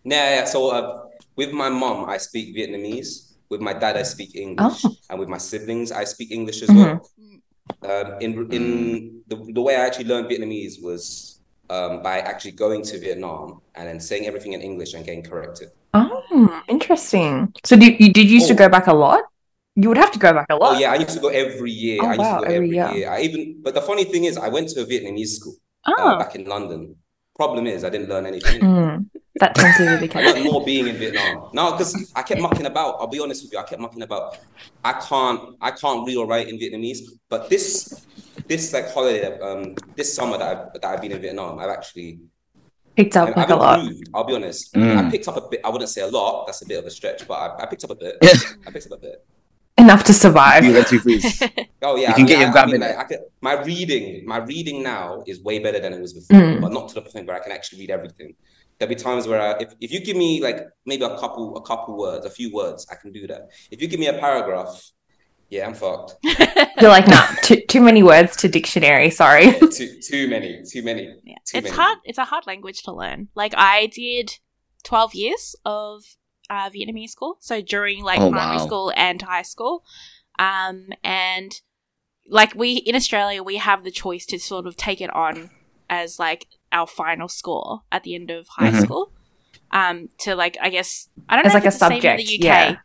Speaker 4: Yeah, yeah. So uh, with my mom, I speak Vietnamese. With my dad, I speak English,
Speaker 2: Oh.
Speaker 4: and with my siblings, I speak English as
Speaker 2: Mhm.
Speaker 4: well. Um, in in the, the way I actually learned Vietnamese was um, by actually going to Vietnam and then saying everything in English and getting corrected.
Speaker 2: Oh, interesting. So do you did you used to
Speaker 4: Oh.
Speaker 2: go back a lot? You would have to go back a lot.
Speaker 4: Oh yeah, I used to go every year.
Speaker 2: Oh,
Speaker 4: I used
Speaker 2: wow,
Speaker 4: to go
Speaker 2: every
Speaker 4: every,
Speaker 2: year.
Speaker 4: year. I even but the funny thing is, I went to a Vietnamese school uh,
Speaker 2: Oh.
Speaker 4: back in London. Problem is, I didn't learn anything.
Speaker 2: Mm, that tends to be the
Speaker 4: I
Speaker 2: case.
Speaker 4: learned more being in Vietnam. No, because I kept mucking about. I'll be honest with you. I kept mucking about. I can't. I can't read or write in Vietnamese. But this, this like holiday, um, this summer that I've, that I've been in Vietnam, I've actually
Speaker 2: Picked
Speaker 4: I,
Speaker 2: up like a
Speaker 4: I've
Speaker 2: lot.
Speaker 4: improved. I'll be honest.
Speaker 3: Mm.
Speaker 4: I picked up a bit. I wouldn't say a lot. That's a bit of a stretch. But I, I picked up a bit. I picked up a bit.
Speaker 2: Enough to survive.
Speaker 3: You get two frees.
Speaker 4: Oh
Speaker 3: You
Speaker 4: yeah. I
Speaker 3: can
Speaker 4: mean,
Speaker 3: get your
Speaker 4: I- I
Speaker 3: grab
Speaker 4: mean,
Speaker 3: in
Speaker 4: like,
Speaker 3: there.
Speaker 4: I could- my reading, my reading now is way better than it was before,
Speaker 2: Mm.
Speaker 3: Hmm.
Speaker 4: but not to the point where I can actually read everything. There'll be times where I, if, if you give me like maybe a couple a couple words, a few words, I can do that. If you give me a paragraph, Yeah, I'm fucked.
Speaker 1: Oh.
Speaker 2: You're like, nah, too, too many words to dictionary. Sorry.
Speaker 4: too too many, too many.
Speaker 1: Yeah.
Speaker 4: Too
Speaker 1: It's
Speaker 4: many.
Speaker 1: hard. It's a hard language to learn. Like I did 12 years of uh, Vietnamese school. So during like
Speaker 3: Oh,
Speaker 1: primary
Speaker 3: wow.
Speaker 1: school and high school. Um, and like we in Australia, we have the choice to sort of take it on as like our final score at the end of high
Speaker 3: Mhm.
Speaker 1: school. Um, to like, I guess, I don't
Speaker 2: Mm-hmm. As
Speaker 1: know
Speaker 2: like
Speaker 1: if
Speaker 2: a
Speaker 1: it's the same in
Speaker 2: subject.
Speaker 1: the UK.
Speaker 2: Yeah.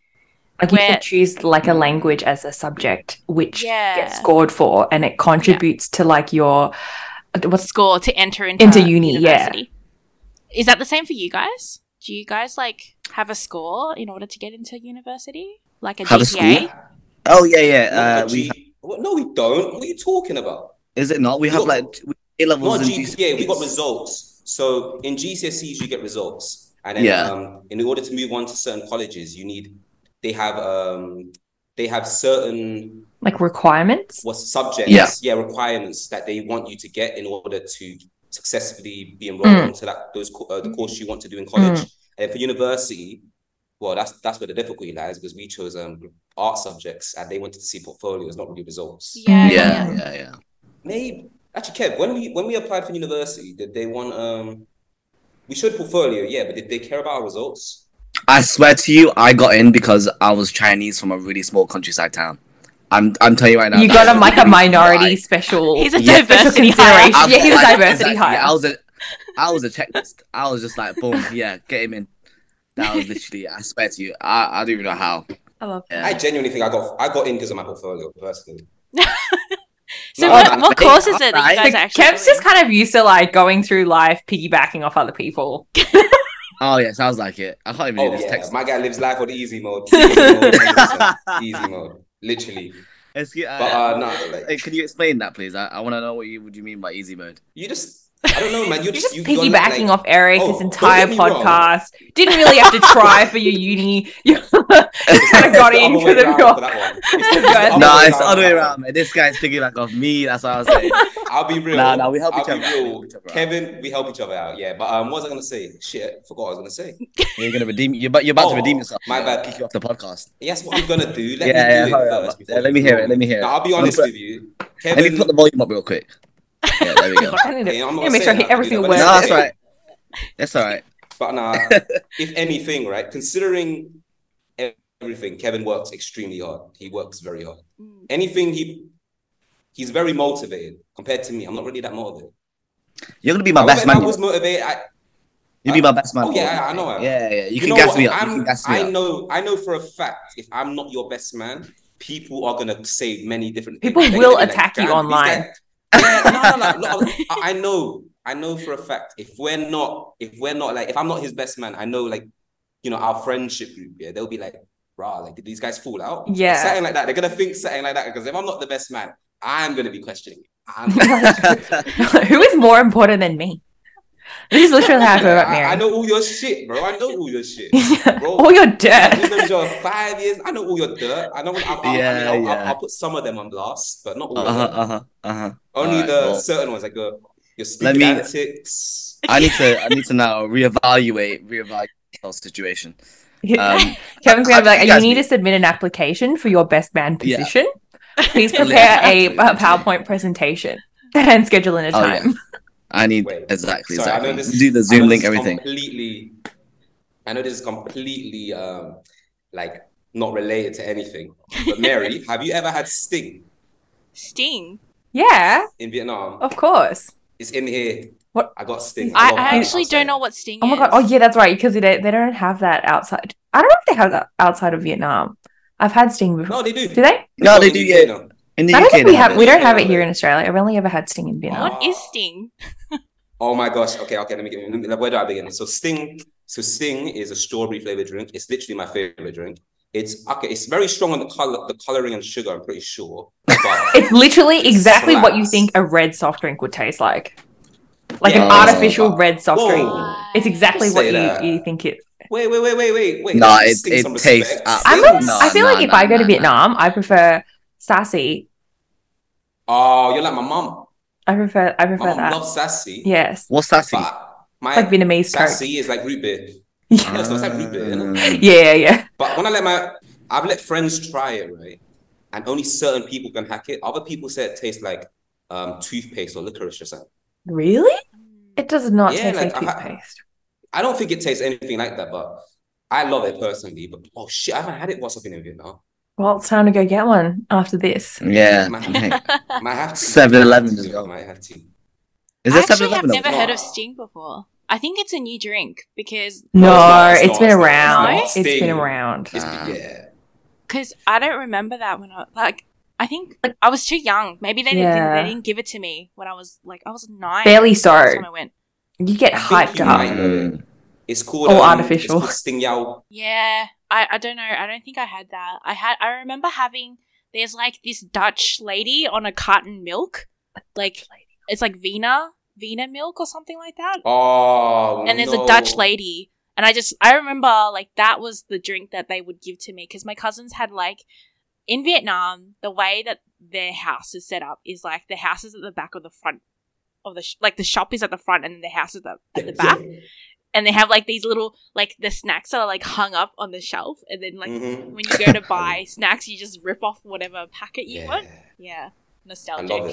Speaker 2: Like you
Speaker 1: Where-
Speaker 2: can choose like a language as a subject, which
Speaker 1: Yeah.
Speaker 2: gets scored for, and it contributes to like your what's
Speaker 1: Score to enter into,
Speaker 2: Into uni, yeah.
Speaker 1: university. Is that the same for you guys? Do you guys like have a score in order to get into university? Like a
Speaker 3: Have a
Speaker 1: GPA?
Speaker 3: Oh yeah, yeah.
Speaker 4: Not
Speaker 3: Uh,
Speaker 4: a
Speaker 3: we
Speaker 4: G- What- no, we don't. What are you talking about?
Speaker 3: is it not? We have
Speaker 4: Not-
Speaker 3: like A levels
Speaker 4: Not
Speaker 3: and
Speaker 4: GPA. We got
Speaker 3: GCSEs.
Speaker 4: results. So in GCSEs, you get results, and then
Speaker 3: Yeah.
Speaker 4: um, in order to move on to certain colleges, you need they have um they have certain
Speaker 2: like requirements.
Speaker 4: what subjects,
Speaker 3: Yeah.
Speaker 4: requirements that they want you to get in order to successfully be enrolled
Speaker 2: Mm.
Speaker 4: onto that those co- uh, the course you want to do in college.
Speaker 3: Mm.
Speaker 4: And for university, well, that's that's where the difficulty lies because we chose um art subjects and they wanted to see portfolios, not really results.
Speaker 1: Yeah.
Speaker 3: Yeah, yeah, yeah.
Speaker 4: Maybe actually, Kev, when we when we applied for university, did they want um we showed portfolio, yeah, but did they care about our results?
Speaker 3: I swear to you, I got in because I was Chinese from a really small countryside town. I'm, I'm telling you right now.
Speaker 2: you got
Speaker 3: that's
Speaker 2: a like a
Speaker 3: really
Speaker 2: minority
Speaker 3: why.
Speaker 2: special.
Speaker 1: He's a
Speaker 3: Yeah.
Speaker 1: diversity
Speaker 2: Special
Speaker 1: hire.
Speaker 2: consideration. Yeah, he was
Speaker 3: like,
Speaker 2: diversity
Speaker 3: exactly,
Speaker 2: hire.
Speaker 3: I was a, I was a checklist. I was just like, boom, yeah, get him in. That was literally. I swear to you, I, I don't even know how.
Speaker 2: I love
Speaker 3: Yeah.
Speaker 4: I genuinely think I got I got in because of my portfolio personally.
Speaker 1: So
Speaker 4: No,
Speaker 1: what,
Speaker 4: I'm
Speaker 1: what
Speaker 3: not.
Speaker 1: course is it that you
Speaker 3: Alright.
Speaker 1: guys are
Speaker 2: Like,
Speaker 1: actually
Speaker 2: Kev's
Speaker 1: doing?
Speaker 2: just kind of used to like going through life piggybacking off other people.
Speaker 3: Oh yeah, sounds like it. I can't even
Speaker 4: Oh
Speaker 3: do this
Speaker 4: yeah,
Speaker 3: text.
Speaker 4: my guy lives life on easy mode. Easy mode, 100%. Easy mode, literally.
Speaker 3: Excuse-
Speaker 4: But
Speaker 3: uh,
Speaker 4: uh, no,
Speaker 3: hey,
Speaker 4: like
Speaker 3: can you explain that, please? I, I want to know what you what you mean by easy mode.
Speaker 4: you just, I don't know, man. You're,
Speaker 2: You're just
Speaker 4: you- you're not,
Speaker 2: piggybacking
Speaker 4: like-
Speaker 2: off Eric
Speaker 4: Oh,
Speaker 2: his
Speaker 4: don't
Speaker 2: entire
Speaker 4: get me wrong.
Speaker 2: podcast. Didn't really have to try for your uni. You kind of
Speaker 4: It's
Speaker 2: got
Speaker 4: the
Speaker 2: in
Speaker 4: other way
Speaker 2: because of
Speaker 4: round
Speaker 2: your.
Speaker 4: for that one. It's the- it's the
Speaker 2: Go ahead.
Speaker 4: other
Speaker 3: No,
Speaker 4: way
Speaker 3: it's the other way
Speaker 4: for that
Speaker 3: around, man. This guy's thinking back of me. That's what I was saying.
Speaker 4: one. I'll be real.
Speaker 3: Nah, nah, we help each
Speaker 4: I'll
Speaker 3: other out,
Speaker 4: Be
Speaker 3: we
Speaker 4: real.
Speaker 3: help each other out.
Speaker 4: Kevin, we help each other out. Yeah, but um, what was I gonna say? Shit, I forgot what I was gonna say.
Speaker 3: You're gonna redeem. You're about, you're about
Speaker 4: Oh,
Speaker 3: to redeem yourself.
Speaker 4: my bad.
Speaker 3: Kick you off the podcast.
Speaker 4: Yes, what I'm gonna do. Let
Speaker 3: Yeah, yeah,
Speaker 4: me do
Speaker 3: hurry
Speaker 4: it
Speaker 3: up.
Speaker 4: first.
Speaker 3: Yeah, let me hear it, let me hear it.
Speaker 4: Now, I'll be
Speaker 3: Let me
Speaker 4: honest
Speaker 3: put-
Speaker 4: with you,
Speaker 3: Let me
Speaker 4: Kevin.
Speaker 3: put the volume up real quick. Yeah, there we go.
Speaker 2: I need to-
Speaker 4: Yeah, I'm
Speaker 2: I
Speaker 4: not
Speaker 2: need to
Speaker 4: saying
Speaker 2: make sure
Speaker 4: I have to do
Speaker 2: every single
Speaker 4: that,
Speaker 2: word.
Speaker 4: but
Speaker 3: no,
Speaker 4: it's
Speaker 3: that's
Speaker 4: okay.
Speaker 3: right. That's all right.
Speaker 4: But nah, if anything, right, considering everything, Kevin works extremely hard. He works very hard.
Speaker 1: Mm.
Speaker 4: Anything he he's very motivated compared to me. I'm not really that motivated.
Speaker 3: You're gonna be my
Speaker 4: I
Speaker 3: best
Speaker 4: remember
Speaker 3: man.
Speaker 4: I
Speaker 3: you
Speaker 4: was
Speaker 3: know.
Speaker 4: motivated. I,
Speaker 3: You'll be my best man.
Speaker 4: Oh, yeah, I- I know.
Speaker 3: Yeah, yeah. You,
Speaker 4: you
Speaker 3: can
Speaker 4: know
Speaker 3: gas
Speaker 4: what?
Speaker 3: me up.
Speaker 4: I'm,
Speaker 3: you can gas me
Speaker 4: I
Speaker 3: up.
Speaker 4: know I know for a fact if I'm not your best man, people are gonna say many different
Speaker 2: People
Speaker 4: things. They're
Speaker 2: will
Speaker 4: gonna be like,
Speaker 2: attack you
Speaker 4: "Damn, he's
Speaker 2: online."
Speaker 4: like- yeah, no, no, no, no. I, I know, I know for a fact. If we're not, if we're not like, if I'm not his best man, I know like, you know, our friendship group. Yeah, they'll be like, "Rah, like, did these guys fall out?"
Speaker 2: Yeah.
Speaker 4: something like that. They're gonna think something like that because if I'm not the best man, I'm gonna be questioning. it. I'm
Speaker 2: Who is more important than me? This is literally how I feel about
Speaker 4: I, I
Speaker 2: Mary. Oh,
Speaker 4: know all your shit, bro. I know all your shit, bro.
Speaker 2: All your
Speaker 4: I've
Speaker 2: dirt.
Speaker 4: known your five years. I know all your dirt. I know. I, I, I mean,
Speaker 3: Yeah,
Speaker 4: I'll, I'll,
Speaker 3: yeah.
Speaker 4: I'll put some of them on blast, but not all.
Speaker 3: Uh huh.
Speaker 4: of them.
Speaker 3: Uh huh. Uh huh.
Speaker 4: Only
Speaker 3: alright,
Speaker 4: the
Speaker 3: well.
Speaker 4: certain ones. Like the your
Speaker 3: Let
Speaker 4: stupid
Speaker 3: me-
Speaker 4: antics.
Speaker 3: I need to. I need to now reevaluate. Reevaluate the whole situation. Um,
Speaker 2: Kevin's gonna be like,
Speaker 3: you
Speaker 2: you
Speaker 3: guys
Speaker 2: need
Speaker 3: need-
Speaker 2: to submit an application for your best man
Speaker 3: Yeah.
Speaker 2: position. Please
Speaker 1: Yeah,
Speaker 2: prepare a
Speaker 3: absolutely.
Speaker 2: uh, PowerPoint presentation and schedule in a
Speaker 3: Oh, yeah.
Speaker 2: time.
Speaker 3: I need
Speaker 4: Wait,
Speaker 3: exactly.
Speaker 4: Sorry,
Speaker 3: exactly.
Speaker 4: I know this.
Speaker 3: Do the
Speaker 4: I know
Speaker 3: Zoom
Speaker 4: this
Speaker 3: link.
Speaker 4: is
Speaker 3: Everything.
Speaker 4: Completely. I know this is completely um, like not related to anything. But Mary, have you ever had sting
Speaker 1: Sting.
Speaker 2: Yeah,
Speaker 4: in Vietnam?
Speaker 2: of course.
Speaker 4: It's in here.
Speaker 2: What?
Speaker 4: I got sting.
Speaker 1: Oh. I,
Speaker 3: Oh,
Speaker 4: got
Speaker 1: I
Speaker 4: bad
Speaker 1: actually
Speaker 4: outside.
Speaker 1: don't know what sting
Speaker 2: Oh my
Speaker 1: is.
Speaker 2: god. Oh yeah, that's right. Because they they don't have that outside. I don't know if they have that outside of Vietnam. I've had sting before.
Speaker 4: No, they do.
Speaker 2: Do they?
Speaker 3: No, they do.
Speaker 4: You
Speaker 3: Yeah.
Speaker 4: know.
Speaker 3: In the
Speaker 2: I don't
Speaker 3: UK,
Speaker 2: think we
Speaker 3: they have
Speaker 2: have.
Speaker 3: it.
Speaker 2: We don't
Speaker 4: Yeah,
Speaker 2: have it
Speaker 4: they
Speaker 2: here
Speaker 4: do.
Speaker 2: in Australia. I've only ever had sting in Vietnam.
Speaker 1: What is sting?
Speaker 4: Oh my gosh. Okay, okay. Let me get. Let me, where do I begin? So Sting. So Sting is a strawberry flavored drink. It's literally my favorite drink. It's okay. It's very strong on the color, the coloring and sugar. I'm pretty sure. But
Speaker 2: It's literally
Speaker 4: It's
Speaker 2: exactly what you
Speaker 4: slaps.
Speaker 2: think a red soft drink would taste like, like
Speaker 4: Yeah.
Speaker 2: an artificial
Speaker 4: Oh.
Speaker 2: red soft
Speaker 4: Whoa.
Speaker 2: drink. It's exactly
Speaker 4: Don't
Speaker 2: what
Speaker 4: say that.
Speaker 2: you, you think it.
Speaker 4: wait, wait, wait, wait, wait, wait.
Speaker 3: Nah,
Speaker 4: Give
Speaker 3: it-
Speaker 4: Sting
Speaker 3: it
Speaker 4: some
Speaker 3: tastes
Speaker 4: respect.
Speaker 3: up.
Speaker 2: I'm
Speaker 4: Sting-
Speaker 2: not,
Speaker 3: No,
Speaker 2: I feel
Speaker 3: no,
Speaker 2: like if
Speaker 3: no,
Speaker 2: I go to
Speaker 3: no, no.
Speaker 2: Vietnam, I prefer sassy.
Speaker 4: Oh, you're like my mum.
Speaker 2: I prefer I
Speaker 4: My
Speaker 2: prefer
Speaker 4: mum
Speaker 2: that.
Speaker 4: loves Oh, sassy.
Speaker 2: Yes,
Speaker 3: What's that? thing?
Speaker 4: But my
Speaker 2: it's like Vietnamese Coke.
Speaker 4: sassy is like root beer.
Speaker 2: Yeah.
Speaker 4: No, it's not like root beer, you know?
Speaker 3: Ah.
Speaker 2: yeah, yeah, yeah.
Speaker 4: But when I let my, I've let friends try it, right? and only certain people can hack it. Other people say it tastes like um, toothpaste or licorice or something.
Speaker 2: Really? It does not
Speaker 4: Yeah,
Speaker 2: taste
Speaker 4: like,
Speaker 2: like,
Speaker 4: I- I-
Speaker 2: toothpaste.
Speaker 4: I don't think it tastes anything like that, but I love it personally. But oh shit, I haven't had it whilst I've been in Vietnam.
Speaker 2: Well, it's time to go get one after this.
Speaker 3: Yeah.
Speaker 4: Man. Might have to.
Speaker 3: 7-Eleven as well.
Speaker 4: Might have to.
Speaker 3: Is
Speaker 1: I
Speaker 3: there
Speaker 1: actually
Speaker 3: 7
Speaker 1: have
Speaker 3: Eleven?
Speaker 1: never heard of
Speaker 4: Wow.
Speaker 1: Sting before. I think it's a new drink because
Speaker 2: No,
Speaker 4: not, it's
Speaker 2: it's
Speaker 4: not,
Speaker 2: been
Speaker 4: it's not,
Speaker 2: around.
Speaker 4: it's
Speaker 2: It's
Speaker 4: not.
Speaker 2: been
Speaker 4: Sting.
Speaker 2: around.
Speaker 4: It's-
Speaker 3: Ah.
Speaker 4: yeah.
Speaker 1: because I don't remember that when I like. I think I was too young. Maybe they didn't.
Speaker 2: Yeah.
Speaker 1: They didn't give it to me when I was like I was nine.
Speaker 2: Barely
Speaker 1: last
Speaker 2: so.
Speaker 1: time I went.
Speaker 2: You get
Speaker 4: I think
Speaker 2: hyped
Speaker 4: you
Speaker 2: up.
Speaker 4: might know it. It's called
Speaker 2: All
Speaker 4: um,
Speaker 2: artificial.
Speaker 4: It's called Sting Yao.
Speaker 1: Yeah, I, I don't know. I don't think I had that. I had. I remember having. There's like this Dutch lady on a carton milk, like it's like Vina Vina milk or something like that.
Speaker 4: Oh.
Speaker 1: and there's
Speaker 4: no.
Speaker 1: a Dutch lady. And I just I remember like that was the drink that they would give to me because my cousins had like in Vietnam the way that their house is set up is like the house is at the back of the front of the sh- like the shop is at the front and the house is at the, at the back and they have like these little like the snacks that are like hung up on the shelf and then like
Speaker 4: Mhm.
Speaker 1: when you go to buy snacks you just rip off whatever packet you want
Speaker 4: Yeah.
Speaker 1: yeah
Speaker 4: I
Speaker 1: nostalgic
Speaker 4: love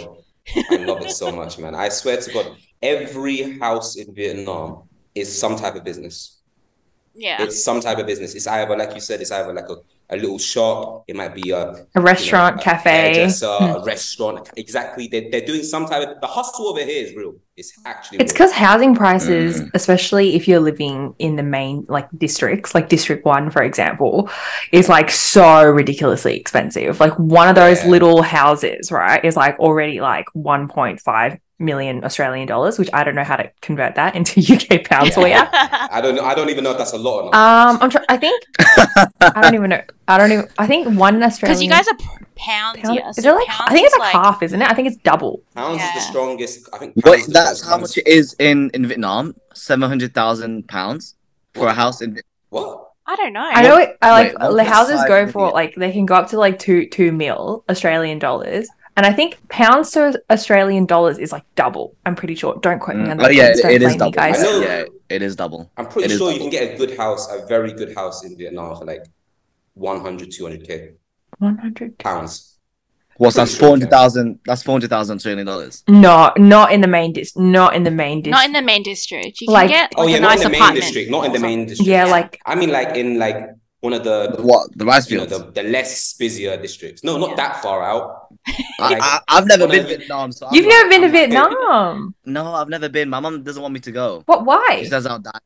Speaker 4: it. I love it so much, man. I swear to God, every house in Vietnam is some type of business.
Speaker 1: yeah
Speaker 4: It's some type of business. It's either, like you said, it's either like a, a little shop. It might be a
Speaker 2: A restaurant,
Speaker 4: a
Speaker 2: cafe.
Speaker 4: hairdresser,
Speaker 1: Hmm.
Speaker 4: a restaurant. Exactly. They're, they're doing some type of the hustle over here is real. It's actually
Speaker 2: It's
Speaker 4: real.
Speaker 2: because housing prices,
Speaker 3: Mm.
Speaker 2: especially if you're living in the main like districts, like District One, for example, is like so ridiculously expensive. Like one of those
Speaker 4: Yeah.
Speaker 2: little houses, right, is like already like 1.5 million Australian dollars, which I don't know how to convert that into UK pounds for you.
Speaker 4: Yeah. I don't know. I don't even know if that's a lot or not.
Speaker 1: Uh,
Speaker 2: Um, I'm trying. I think I don't even know. I don't even. I think one Australian
Speaker 1: because you guys are p- pounds
Speaker 2: pound-
Speaker 1: yeah
Speaker 2: is
Speaker 1: so
Speaker 2: it like?
Speaker 1: pounds
Speaker 2: I think it's
Speaker 1: is,
Speaker 2: like, half, isn't it? I think it's double.
Speaker 4: pounds is the
Speaker 1: yeah.
Speaker 4: strongest. I think.
Speaker 3: But
Speaker 4: pounds is the
Speaker 3: that's
Speaker 4: strongest
Speaker 3: how much
Speaker 4: currency.
Speaker 3: it is in, in Vietnam. 700,000 pounds for a house in
Speaker 4: What?
Speaker 1: I don't know
Speaker 2: I know. It, I
Speaker 3: Wait,
Speaker 2: like
Speaker 3: one
Speaker 2: the
Speaker 3: point
Speaker 2: houses
Speaker 3: five
Speaker 2: go for
Speaker 3: million.
Speaker 2: like they can go up to like two two mil Australian dollars, and I think pounds to Australian dollars is like double. I'm pretty sure. Don't quote me on
Speaker 3: Mm.
Speaker 2: that.
Speaker 3: Oh, yeah,
Speaker 2: please
Speaker 3: it-
Speaker 2: don't
Speaker 3: it is
Speaker 2: blame me,
Speaker 3: double.
Speaker 2: guys.
Speaker 4: I know.
Speaker 3: Yeah, it is double.
Speaker 4: I'm pretty
Speaker 3: It is
Speaker 4: sure you
Speaker 3: double.
Speaker 4: can get a good house, a very good house in Vietnam for like 100, 200k
Speaker 2: One hundred.
Speaker 4: pounds.
Speaker 3: What's
Speaker 4: Pretty
Speaker 3: that's
Speaker 4: sure
Speaker 3: four
Speaker 4: you can.
Speaker 3: hundred thousand? That's four hundred thousand Australian dollars.
Speaker 2: No, not in the main dis. Not in the main dis.
Speaker 1: Not in the main district. You
Speaker 2: Like-
Speaker 1: can get
Speaker 4: Oh
Speaker 1: like
Speaker 4: yeah,
Speaker 1: a
Speaker 4: not in
Speaker 1: nice
Speaker 4: the main
Speaker 1: apartment.
Speaker 4: district, not in the main district.
Speaker 2: yeah,
Speaker 1: Yeah.
Speaker 2: like
Speaker 4: I mean, like in like one of the
Speaker 3: What the rice
Speaker 4: you know
Speaker 3: fields?
Speaker 4: the, the less busier districts. No, not
Speaker 1: Yeah.
Speaker 4: that far out.
Speaker 3: I,
Speaker 4: like-
Speaker 3: I, I've never been to
Speaker 4: Whatever.
Speaker 3: Vietnam. So I'm
Speaker 2: you've never
Speaker 3: like-
Speaker 2: been to
Speaker 3: I'm like,
Speaker 2: Vietnam.
Speaker 3: No, I've never been. My mom doesn't want me to go.
Speaker 2: What? Why?
Speaker 3: She says I'll die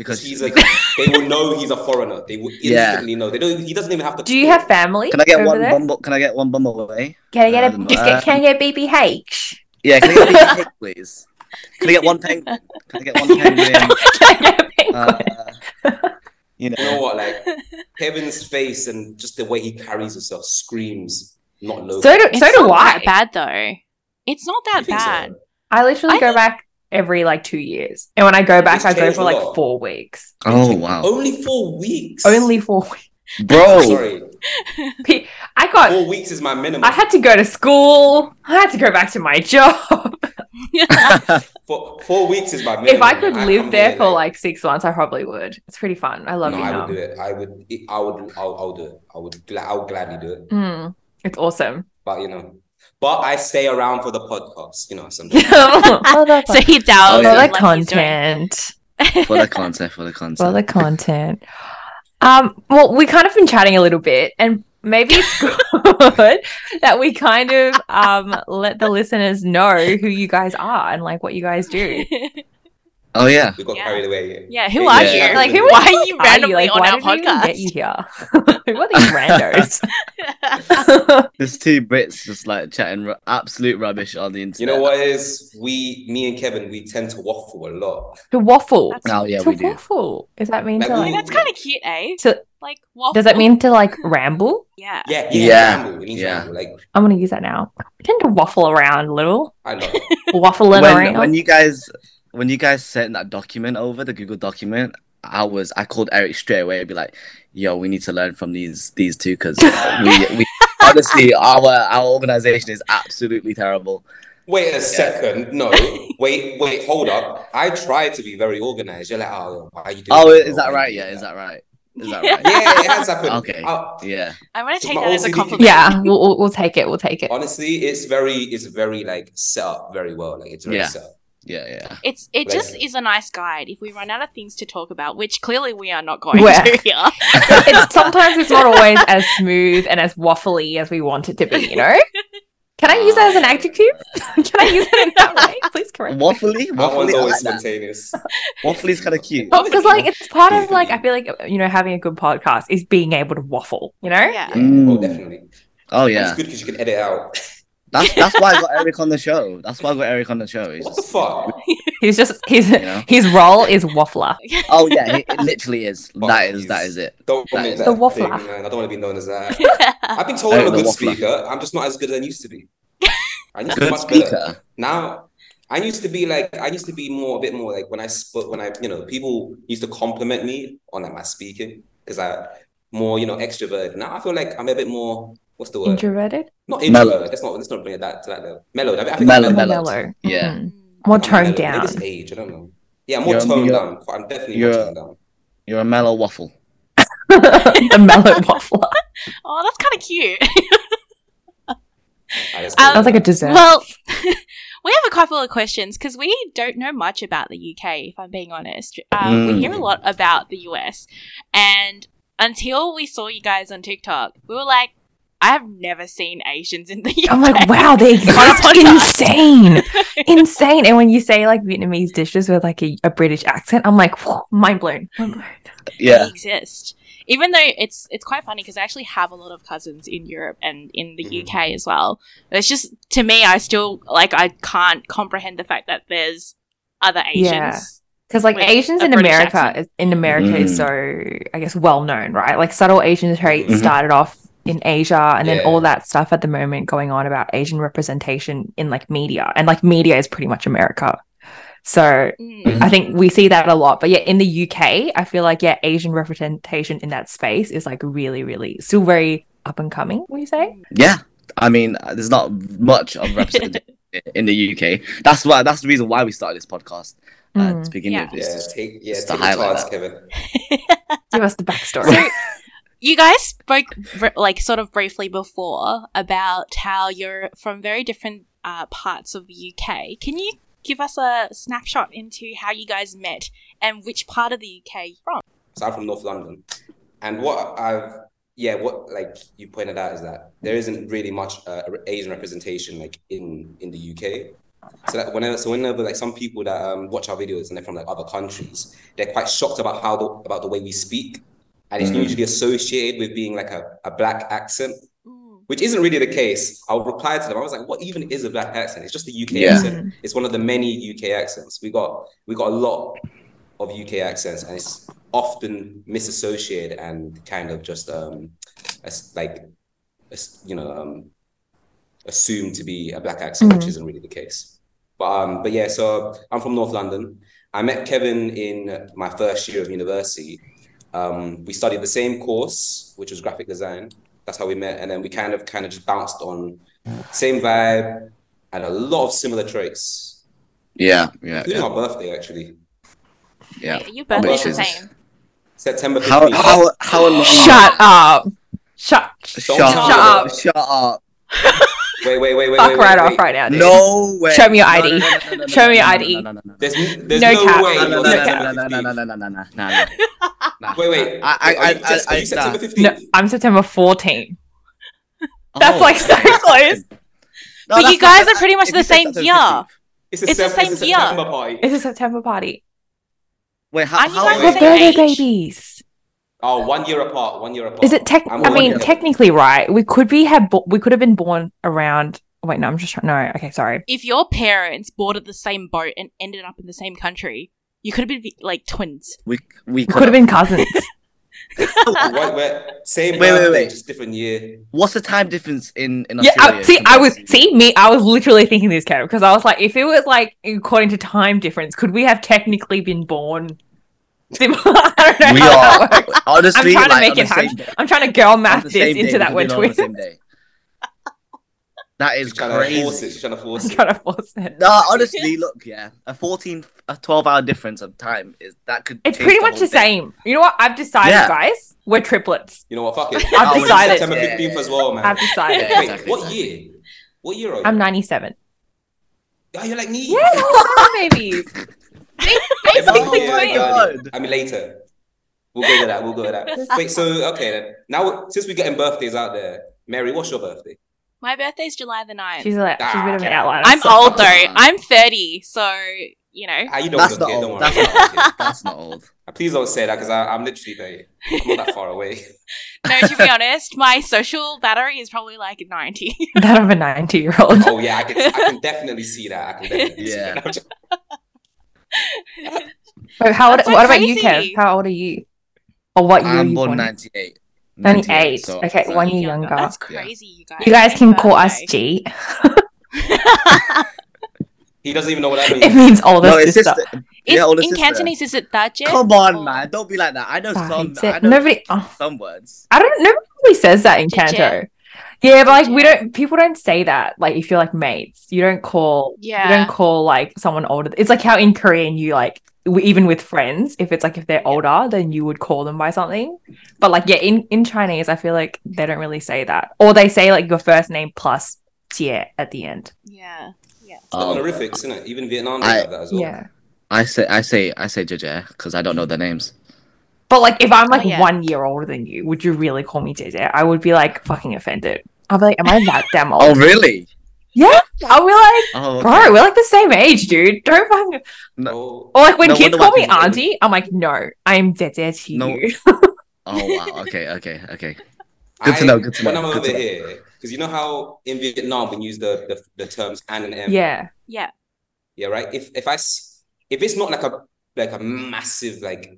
Speaker 3: because
Speaker 4: Because
Speaker 3: she,
Speaker 4: he's a, they will know he's a foreigner. They will
Speaker 3: Yeah.
Speaker 4: instantly know. They don't. He doesn't even have to.
Speaker 2: Do you have family?
Speaker 3: can I get
Speaker 2: over
Speaker 3: one
Speaker 2: there?
Speaker 3: bumble? Can I get one bumble away?
Speaker 2: Can I get
Speaker 3: I
Speaker 2: a
Speaker 3: don't know.
Speaker 2: just get, can I get BBH?
Speaker 3: Yeah, can I get a cake, please? Can I get one penguin? Can I get one penguin?
Speaker 2: Can I get a penguin?
Speaker 3: Uh, you
Speaker 4: You know
Speaker 3: know,
Speaker 4: what? Like Kevin's face and just the way he carries himself screams not local.
Speaker 2: so do,
Speaker 1: It's
Speaker 2: so do
Speaker 1: not
Speaker 2: I.
Speaker 1: that bad though. It's not
Speaker 4: You
Speaker 1: that
Speaker 4: think so?
Speaker 1: bad.
Speaker 2: I literally
Speaker 1: I
Speaker 2: go
Speaker 1: think-
Speaker 2: back every like two years, and when I go back,
Speaker 4: It's
Speaker 2: I go
Speaker 4: changed
Speaker 2: for
Speaker 4: a
Speaker 2: like
Speaker 4: lot.
Speaker 2: four weeks.
Speaker 3: oh wow,
Speaker 4: Only four weeks. Oh,
Speaker 2: Only four weeks.
Speaker 3: bro,
Speaker 4: Sorry,
Speaker 2: I got.
Speaker 4: four weeks is my minimum.
Speaker 2: I had to go to school. I had to go back to my job.
Speaker 4: four, four weeks is my minimum.
Speaker 2: if I could
Speaker 4: man.
Speaker 2: live
Speaker 4: come
Speaker 2: there
Speaker 4: here,
Speaker 2: for like six months, I probably would. It's pretty fun. I love
Speaker 4: no, I
Speaker 2: Vietnam.
Speaker 4: would do it. I would. I would. I'll, I'll do it. I would. Gla- I'll gladly do it.
Speaker 2: Mm, it's awesome.
Speaker 4: But you know, but I stay around for the podcast. You know, sometimes.
Speaker 2: well, the,
Speaker 1: So he
Speaker 3: Oh,
Speaker 1: doubts.
Speaker 3: yeah.
Speaker 1: like
Speaker 2: the
Speaker 1: he's doing-
Speaker 2: content.
Speaker 3: for the content, for the
Speaker 2: Well,
Speaker 3: content.
Speaker 2: the content. Um, well, we kind of been chatting a little bit, and maybe it's good that we kind of um let the listeners know who you guys are and like what you guys do.
Speaker 3: Oh yeah,
Speaker 4: We got
Speaker 1: Yeah.
Speaker 4: carried away.
Speaker 1: Yeah, who are
Speaker 3: Yeah.
Speaker 1: you?
Speaker 2: Like, who
Speaker 1: Why
Speaker 2: are
Speaker 1: are you
Speaker 2: Are you,
Speaker 1: randomly
Speaker 2: like,
Speaker 1: on
Speaker 2: why
Speaker 1: our
Speaker 2: did we even
Speaker 1: podcast?
Speaker 2: get you here? who are these randos?
Speaker 3: there's two Brits just like chatting ru- absolute rubbish on the internet.
Speaker 4: You know what it is we, me and Kevin, we tend to waffle a lot.
Speaker 2: to waffle.
Speaker 1: That's-
Speaker 3: Oh yeah,
Speaker 2: to
Speaker 3: we do.
Speaker 2: waffle. Does that mean to
Speaker 4: Like,
Speaker 1: Hey,
Speaker 2: like?
Speaker 1: that's kind of cute, eh?
Speaker 2: To,
Speaker 1: Like waffle.
Speaker 2: does that mean to like ramble?
Speaker 1: Yeah.
Speaker 4: Yeah,
Speaker 3: Yeah.
Speaker 4: Ramble, we need to
Speaker 3: Yeah.
Speaker 4: ramble, Like
Speaker 2: I'm gonna use that now. I tend to waffle around a little,
Speaker 4: I love it.
Speaker 2: waffling
Speaker 3: when,
Speaker 2: around.
Speaker 3: when you guys when you guys sent that document over the google document i was i called eric straight away and be like yo we need to learn from these these two because we, we honestly our our organization is absolutely terrible
Speaker 4: Wait a second. No, wait, wait, hold up. I try to be very organized. You're like, oh, why are you doing
Speaker 3: oh
Speaker 4: that,
Speaker 3: is
Speaker 4: bro?
Speaker 3: that
Speaker 4: Why
Speaker 3: right
Speaker 4: you
Speaker 3: yeah
Speaker 4: doing
Speaker 3: is that right Is that right?
Speaker 4: Yeah, it has happened.
Speaker 3: Okay.
Speaker 4: Uh,
Speaker 3: Yeah.
Speaker 1: I'm gonna
Speaker 4: It's
Speaker 1: take
Speaker 4: my
Speaker 1: that as a
Speaker 4: OCD.
Speaker 1: compliment.
Speaker 2: Yeah, we'll, we'll, we'll take it. We'll take it.
Speaker 4: honestly, it's very, it's very like set up very well. Like it's very
Speaker 3: Yeah.
Speaker 4: set up.
Speaker 3: Yeah. Yeah.
Speaker 1: It's it just
Speaker 4: Later.
Speaker 1: is a nice guide if we run out of things to talk about, which clearly we are not going
Speaker 2: Well.
Speaker 1: to here.
Speaker 2: it's sometimes it's not always as smooth and as waffly as we want it to be, you know? Can I use that as an adjective? Can I use it in that way? Please correct. me.
Speaker 3: Waffly.
Speaker 4: That one's
Speaker 3: Waffly. I
Speaker 4: always
Speaker 3: like that.
Speaker 4: spontaneous.
Speaker 3: Waffly's kind of cute.
Speaker 2: Well, because like it's part of like I feel like you know having a good podcast is being able to waffle, you know?
Speaker 1: yeah.
Speaker 3: Mm.
Speaker 4: Oh, definitely.
Speaker 3: Oh
Speaker 4: It's
Speaker 3: yeah.
Speaker 4: good because you can edit out.
Speaker 3: That's that's why I got Eric on the show. That's why I got Eric on the show. He's
Speaker 4: What the
Speaker 3: just-
Speaker 4: fuck?
Speaker 2: He's just his
Speaker 3: You know?
Speaker 2: his role is waffler.
Speaker 3: Oh yeah. It, it literally is. That is. That is it.
Speaker 4: Don't
Speaker 3: That
Speaker 4: make
Speaker 3: is
Speaker 4: that
Speaker 2: the
Speaker 4: thing,
Speaker 2: waffler.
Speaker 4: man. I don't want to be known as that.
Speaker 1: yeah.
Speaker 4: I've been told
Speaker 3: Oh,
Speaker 4: I'm a
Speaker 3: the
Speaker 4: good
Speaker 3: waffler.
Speaker 4: speaker. I'm just not as good as I used to be. I used to be
Speaker 3: Good
Speaker 4: much better.
Speaker 3: speaker.
Speaker 4: now I used to be like I used to be more a bit more like when I spoke when I you know people used to compliment me on like my speaking because I more you know extrovert now I feel like I'm a bit more what's the word
Speaker 2: Introverted,
Speaker 4: not
Speaker 3: Mellow.
Speaker 4: introvert let's not let's not bring it that to that level mellowed I, mean, I think
Speaker 3: Mellow,
Speaker 4: I'm
Speaker 2: more
Speaker 3: mellow.
Speaker 4: mellowed.
Speaker 2: mellow.
Speaker 3: Yeah.
Speaker 2: Mhm.
Speaker 1: Mm.
Speaker 2: more
Speaker 4: I'm
Speaker 2: toned
Speaker 4: mellowed. Maybe
Speaker 2: down.
Speaker 4: it's age I don't know yeah I'm more
Speaker 3: You're-
Speaker 4: toned
Speaker 3: you're-
Speaker 4: down I'm definitely more
Speaker 3: you're-
Speaker 4: toned down
Speaker 3: You're a mellow waffle.
Speaker 2: the mellow waffler.
Speaker 1: Oh, that's kind of cute.
Speaker 4: I just-
Speaker 1: Um,
Speaker 2: Sounds like a dessert.
Speaker 1: Well, we have a couple of questions because we don't know much about the UK, if I'm being honest. Um, We
Speaker 3: Mm.
Speaker 1: hear a lot about the US. And until we saw you guys on TikTok, we were like, I have never seen Asians in the UK.
Speaker 2: I'm like, wow, they exist.
Speaker 1: podcast.
Speaker 2: Insane. Insane. And when you say like Vietnamese dishes with like a, a British accent, I'm like, whoa, mind blown. Mind blown.
Speaker 3: Yeah.
Speaker 1: they exist. Even though it's it's quite funny because I actually have a lot of cousins in Europe and in the
Speaker 4: Mhm.
Speaker 1: UK as well. It's just to me, I still like I can't comprehend the fact that there's other Asians.
Speaker 2: Yeah. Because like
Speaker 1: With
Speaker 2: Asians
Speaker 1: a
Speaker 2: in
Speaker 1: British
Speaker 2: America,
Speaker 1: accent.
Speaker 2: is, in America is
Speaker 3: Mm.
Speaker 2: so I guess well known, right? Like subtle Asian trait
Speaker 3: Mhm.
Speaker 2: started off in Asia, and then
Speaker 4: Yeah.
Speaker 2: all that stuff at the moment going on about Asian representation in like media, and like media is pretty much America. So
Speaker 1: Mm.
Speaker 2: I think we see that a lot, but yeah, in the UK, I feel like yeah, Asian representation in that space is like really, really still very up and coming. Would you say?
Speaker 3: Yeah, I mean, uh, there's not much of representation in the UK. That's why. That's the reason why we started this podcast uh,
Speaker 2: Mm.
Speaker 3: to begin
Speaker 1: Yeah.
Speaker 3: with.
Speaker 4: yeah
Speaker 3: It's just-
Speaker 4: take yeah
Speaker 3: just to
Speaker 4: take the
Speaker 3: highlight
Speaker 4: chance
Speaker 3: that.
Speaker 4: Kevin
Speaker 2: Give us the backstory.
Speaker 1: So- You guys spoke br- like sort of briefly before about how you're from very different uh, parts of the UK. Can you give us a snapshot into how you guys met and which part of the UK you're from?
Speaker 4: So I'm from North London. And what I've, yeah, what like you pointed out is that there isn't really much uh, Asian representation like in in the UK. So that whenever, so whenever like some people that um, watch our videos and they're from like other countries, they're quite shocked about how the, about the way we speak, and it's
Speaker 3: Mhm.
Speaker 4: usually associated with being like a, a black accent,
Speaker 1: Mm.
Speaker 4: which isn't really the case. I'll reply to them. I was like, what even is a black accent? It's just the UK
Speaker 3: Yeah.
Speaker 4: accent
Speaker 2: Mm.
Speaker 4: it's one of the many UK accents. We got we got a lot of UK accents, and it's often misassociated and kind of just um, as like as, you know um, assumed to be a black accent, which
Speaker 2: Mhm.
Speaker 4: isn't really the case. But um, but yeah, so I'm from North London. I met Kevin in my first year of university. Um, we studied the same course, which was graphic design. That's how we met, and then we kind of kind of just bounced on same vibe and a lot of similar traits.
Speaker 3: yeah, yeah,
Speaker 4: Including
Speaker 3: yeah.
Speaker 4: my birthday actually,
Speaker 3: yeah.
Speaker 1: Wait, are you both the
Speaker 3: Makes
Speaker 1: same?
Speaker 3: sense.
Speaker 4: September
Speaker 3: How
Speaker 4: 15th.
Speaker 3: how how long?
Speaker 2: Shut up. Shut.
Speaker 3: Shut,
Speaker 4: Shut
Speaker 3: up! Shut up!
Speaker 4: wait, wait, wait, wait,
Speaker 2: Fuck
Speaker 4: wait,
Speaker 2: right
Speaker 4: wait,
Speaker 2: off
Speaker 4: wait.
Speaker 2: right now. Dude.
Speaker 3: No way!
Speaker 2: Show me your
Speaker 3: No,
Speaker 2: ID.
Speaker 3: no, no, no, no,
Speaker 2: Show
Speaker 3: no,
Speaker 2: me your
Speaker 3: no,
Speaker 2: ID.
Speaker 3: No, no, no, no,
Speaker 4: There's there's
Speaker 2: No
Speaker 4: no,
Speaker 2: cap.
Speaker 4: way.
Speaker 3: no, no,
Speaker 4: you're
Speaker 3: no,
Speaker 4: September
Speaker 3: no, no, no,
Speaker 4: 15th.
Speaker 3: no, no, no, no, no, no. Nah.
Speaker 4: Wait, wait.
Speaker 3: I, I,
Speaker 4: Are you,
Speaker 3: I,
Speaker 4: just-
Speaker 3: I,
Speaker 4: are
Speaker 3: I,
Speaker 4: you September
Speaker 3: nah.
Speaker 4: 15th?
Speaker 2: No, I'm September 14th. That's
Speaker 3: Oh.
Speaker 2: like so close.
Speaker 3: No,
Speaker 1: But
Speaker 3: that's
Speaker 1: you
Speaker 3: not-
Speaker 1: guys are pretty much
Speaker 3: if
Speaker 1: the
Speaker 3: you said
Speaker 1: same
Speaker 3: September
Speaker 1: year.
Speaker 3: 15th.
Speaker 4: It's, a
Speaker 1: It's the
Speaker 4: Sep-
Speaker 1: same
Speaker 4: it's a
Speaker 1: year.
Speaker 4: September party.
Speaker 2: It's a September party.
Speaker 3: Wait, how?
Speaker 1: Aren't you
Speaker 3: how
Speaker 1: guys
Speaker 2: We're
Speaker 1: the
Speaker 2: birthday
Speaker 1: same age.
Speaker 2: babies.
Speaker 4: Oh, one year apart. One year apart.
Speaker 2: Is it tech?
Speaker 4: I'm
Speaker 2: I
Speaker 4: one
Speaker 2: mean,
Speaker 4: year.
Speaker 2: technically, right? We could be have. Bo- we could have been born around. Wait, no, I'm just trying. No, okay, sorry.
Speaker 1: If your parents boarded the same boat and ended up in the same country, you could have been like twins.
Speaker 3: we we
Speaker 2: We could have been cousins.
Speaker 4: Wait, wait, same
Speaker 3: Wait, wait,
Speaker 4: birthday,
Speaker 3: wait.
Speaker 4: just different year.
Speaker 3: What's the time difference in in
Speaker 2: yeah,
Speaker 3: Australia?
Speaker 2: I, see, I
Speaker 3: compared
Speaker 2: was
Speaker 3: to-
Speaker 2: see me. I was literally thinking this, Karen, because I was like, if it was like according to time difference, could we have technically been born? Similar? I don't know.
Speaker 3: We
Speaker 2: how that
Speaker 3: are
Speaker 2: works.
Speaker 3: honestly
Speaker 2: I'm trying to
Speaker 3: like,
Speaker 2: make it
Speaker 3: on the same
Speaker 2: happen.
Speaker 3: day-
Speaker 2: I'm trying to girl
Speaker 3: on
Speaker 2: math
Speaker 3: the
Speaker 2: this
Speaker 3: same day,
Speaker 2: into
Speaker 3: we
Speaker 2: that
Speaker 3: could
Speaker 2: we're
Speaker 3: be on the
Speaker 2: twins.
Speaker 3: same day. That is
Speaker 4: She's trying to force it.
Speaker 3: crazy.
Speaker 4: She's trying to force
Speaker 2: I'm
Speaker 4: it.
Speaker 2: trying to force it.
Speaker 3: No, honestly, look, yeah, a 14, a 12 hour difference of time is that could.
Speaker 2: It's
Speaker 3: change
Speaker 2: pretty
Speaker 3: the
Speaker 2: much
Speaker 3: whole
Speaker 2: the
Speaker 3: thing.
Speaker 2: same. You know what? I've decided,
Speaker 3: Yeah.
Speaker 2: guys. We're triplets.
Speaker 4: You know what? Fuck it.
Speaker 2: I've
Speaker 4: It's
Speaker 2: decided.
Speaker 4: September
Speaker 3: Yeah.
Speaker 4: fifteenth as well, man.
Speaker 2: I've decided.
Speaker 3: Yeah,
Speaker 4: Wait,
Speaker 3: exactly,
Speaker 4: what
Speaker 3: exactly.
Speaker 4: year? What year are you?
Speaker 2: I'm 97.
Speaker 4: Oh, you're like me.
Speaker 2: Yeah, I'm baby.
Speaker 3: Oh,
Speaker 4: Am I?
Speaker 2: Basically,
Speaker 4: Yeah,
Speaker 2: twins.
Speaker 4: yeah.
Speaker 3: God.
Speaker 4: I mean, later. We'll go with that. We'll go with that. Wait, so okay then. Now, since we're getting birthdays out there, Mary, what's your birthday?
Speaker 1: My birthday's July the 9th.
Speaker 2: She's, like, she's a bit of an outlier.
Speaker 1: I'm
Speaker 2: So-
Speaker 1: old though.
Speaker 3: Ah.
Speaker 1: I'm 30, so you know.
Speaker 4: Ah, you don't
Speaker 3: That's
Speaker 4: look
Speaker 3: not
Speaker 4: it. Don't
Speaker 3: old.
Speaker 4: worry.
Speaker 3: That's not old. That's not old.
Speaker 4: Please don't say that because I'm literally there. I'm not that far away.
Speaker 1: No, to be honest, my social battery is probably like 90.
Speaker 2: That of a 90 year old.
Speaker 4: Oh yeah, I can, I can definitely see that. I can definitely
Speaker 3: Yeah.
Speaker 4: see that.
Speaker 2: Wait, how old,
Speaker 1: That's so
Speaker 2: what about you,
Speaker 1: crazy.
Speaker 2: Kev? How old are you? Or what year?
Speaker 3: I'm
Speaker 2: you
Speaker 3: born
Speaker 2: born?
Speaker 3: 98.
Speaker 2: 98. Okay,
Speaker 3: so-
Speaker 2: one year younger.
Speaker 1: That's
Speaker 3: Yeah.
Speaker 1: crazy, you guys.
Speaker 2: You guys can call us
Speaker 1: Birthday.
Speaker 2: G.
Speaker 4: He doesn't even know what that
Speaker 2: It
Speaker 4: means.
Speaker 2: means older
Speaker 3: No, it's
Speaker 2: sister.
Speaker 3: just.
Speaker 1: Is-
Speaker 3: Yeah, older
Speaker 1: in
Speaker 3: sister.
Speaker 1: Cantonese, Oh. is it that jet?
Speaker 3: Come on,
Speaker 1: Or-
Speaker 3: man. Don't be like that. I know
Speaker 2: Bah,
Speaker 3: some.
Speaker 2: it's
Speaker 3: I
Speaker 2: it.
Speaker 3: know
Speaker 2: Nobody. oh,
Speaker 3: some words.
Speaker 2: I don't. Nobody really says that in
Speaker 1: Chit chat.
Speaker 2: Canto. Yeah, but like we
Speaker 1: Chit chat.
Speaker 2: don't. People don't say that. Like if you're like mates, you don't call. You
Speaker 1: Yeah.
Speaker 2: don't call like someone older. It's like how in Korean you like w- even with friends. If it's like if they're older, then you would call them by something. But like yeah, in in Chinese, I feel like they don't really say that, or they say like your first name plus "jie" at the end.
Speaker 1: Yeah.
Speaker 4: It's the honorifics, isn't it? Even Vietnam
Speaker 3: I-
Speaker 4: have that as well.
Speaker 2: Yeah.
Speaker 3: Oh, I say, I say, I say, Jaja, because I don't know their names.
Speaker 2: But like, if I'm like
Speaker 1: yeah.
Speaker 2: one year older than you, would you really call me JJ? I would be like fucking offended. I'd be like, am I that damn
Speaker 3: Oh,
Speaker 2: old?
Speaker 3: really?
Speaker 2: yeah, I'll be like,
Speaker 3: Oh, okay.
Speaker 2: bro, we're like the same age, dude. Don't fucking.
Speaker 4: No.
Speaker 2: Or like when
Speaker 3: No
Speaker 2: kids
Speaker 3: wonder why
Speaker 2: call me
Speaker 3: people-
Speaker 2: auntie, I'm like, no, I am JJ to
Speaker 3: No.
Speaker 2: you.
Speaker 3: Oh, wow. Okay, okay, okay. Good to know, good to
Speaker 4: when
Speaker 3: know,
Speaker 4: I'm
Speaker 3: good
Speaker 4: over
Speaker 3: to know.
Speaker 4: here, because you know how in Vietnam we use the, the, the terms an and em.
Speaker 2: yeah,
Speaker 1: Yeah.
Speaker 4: Yeah, right. If if I s- if it's not like a like a massive like,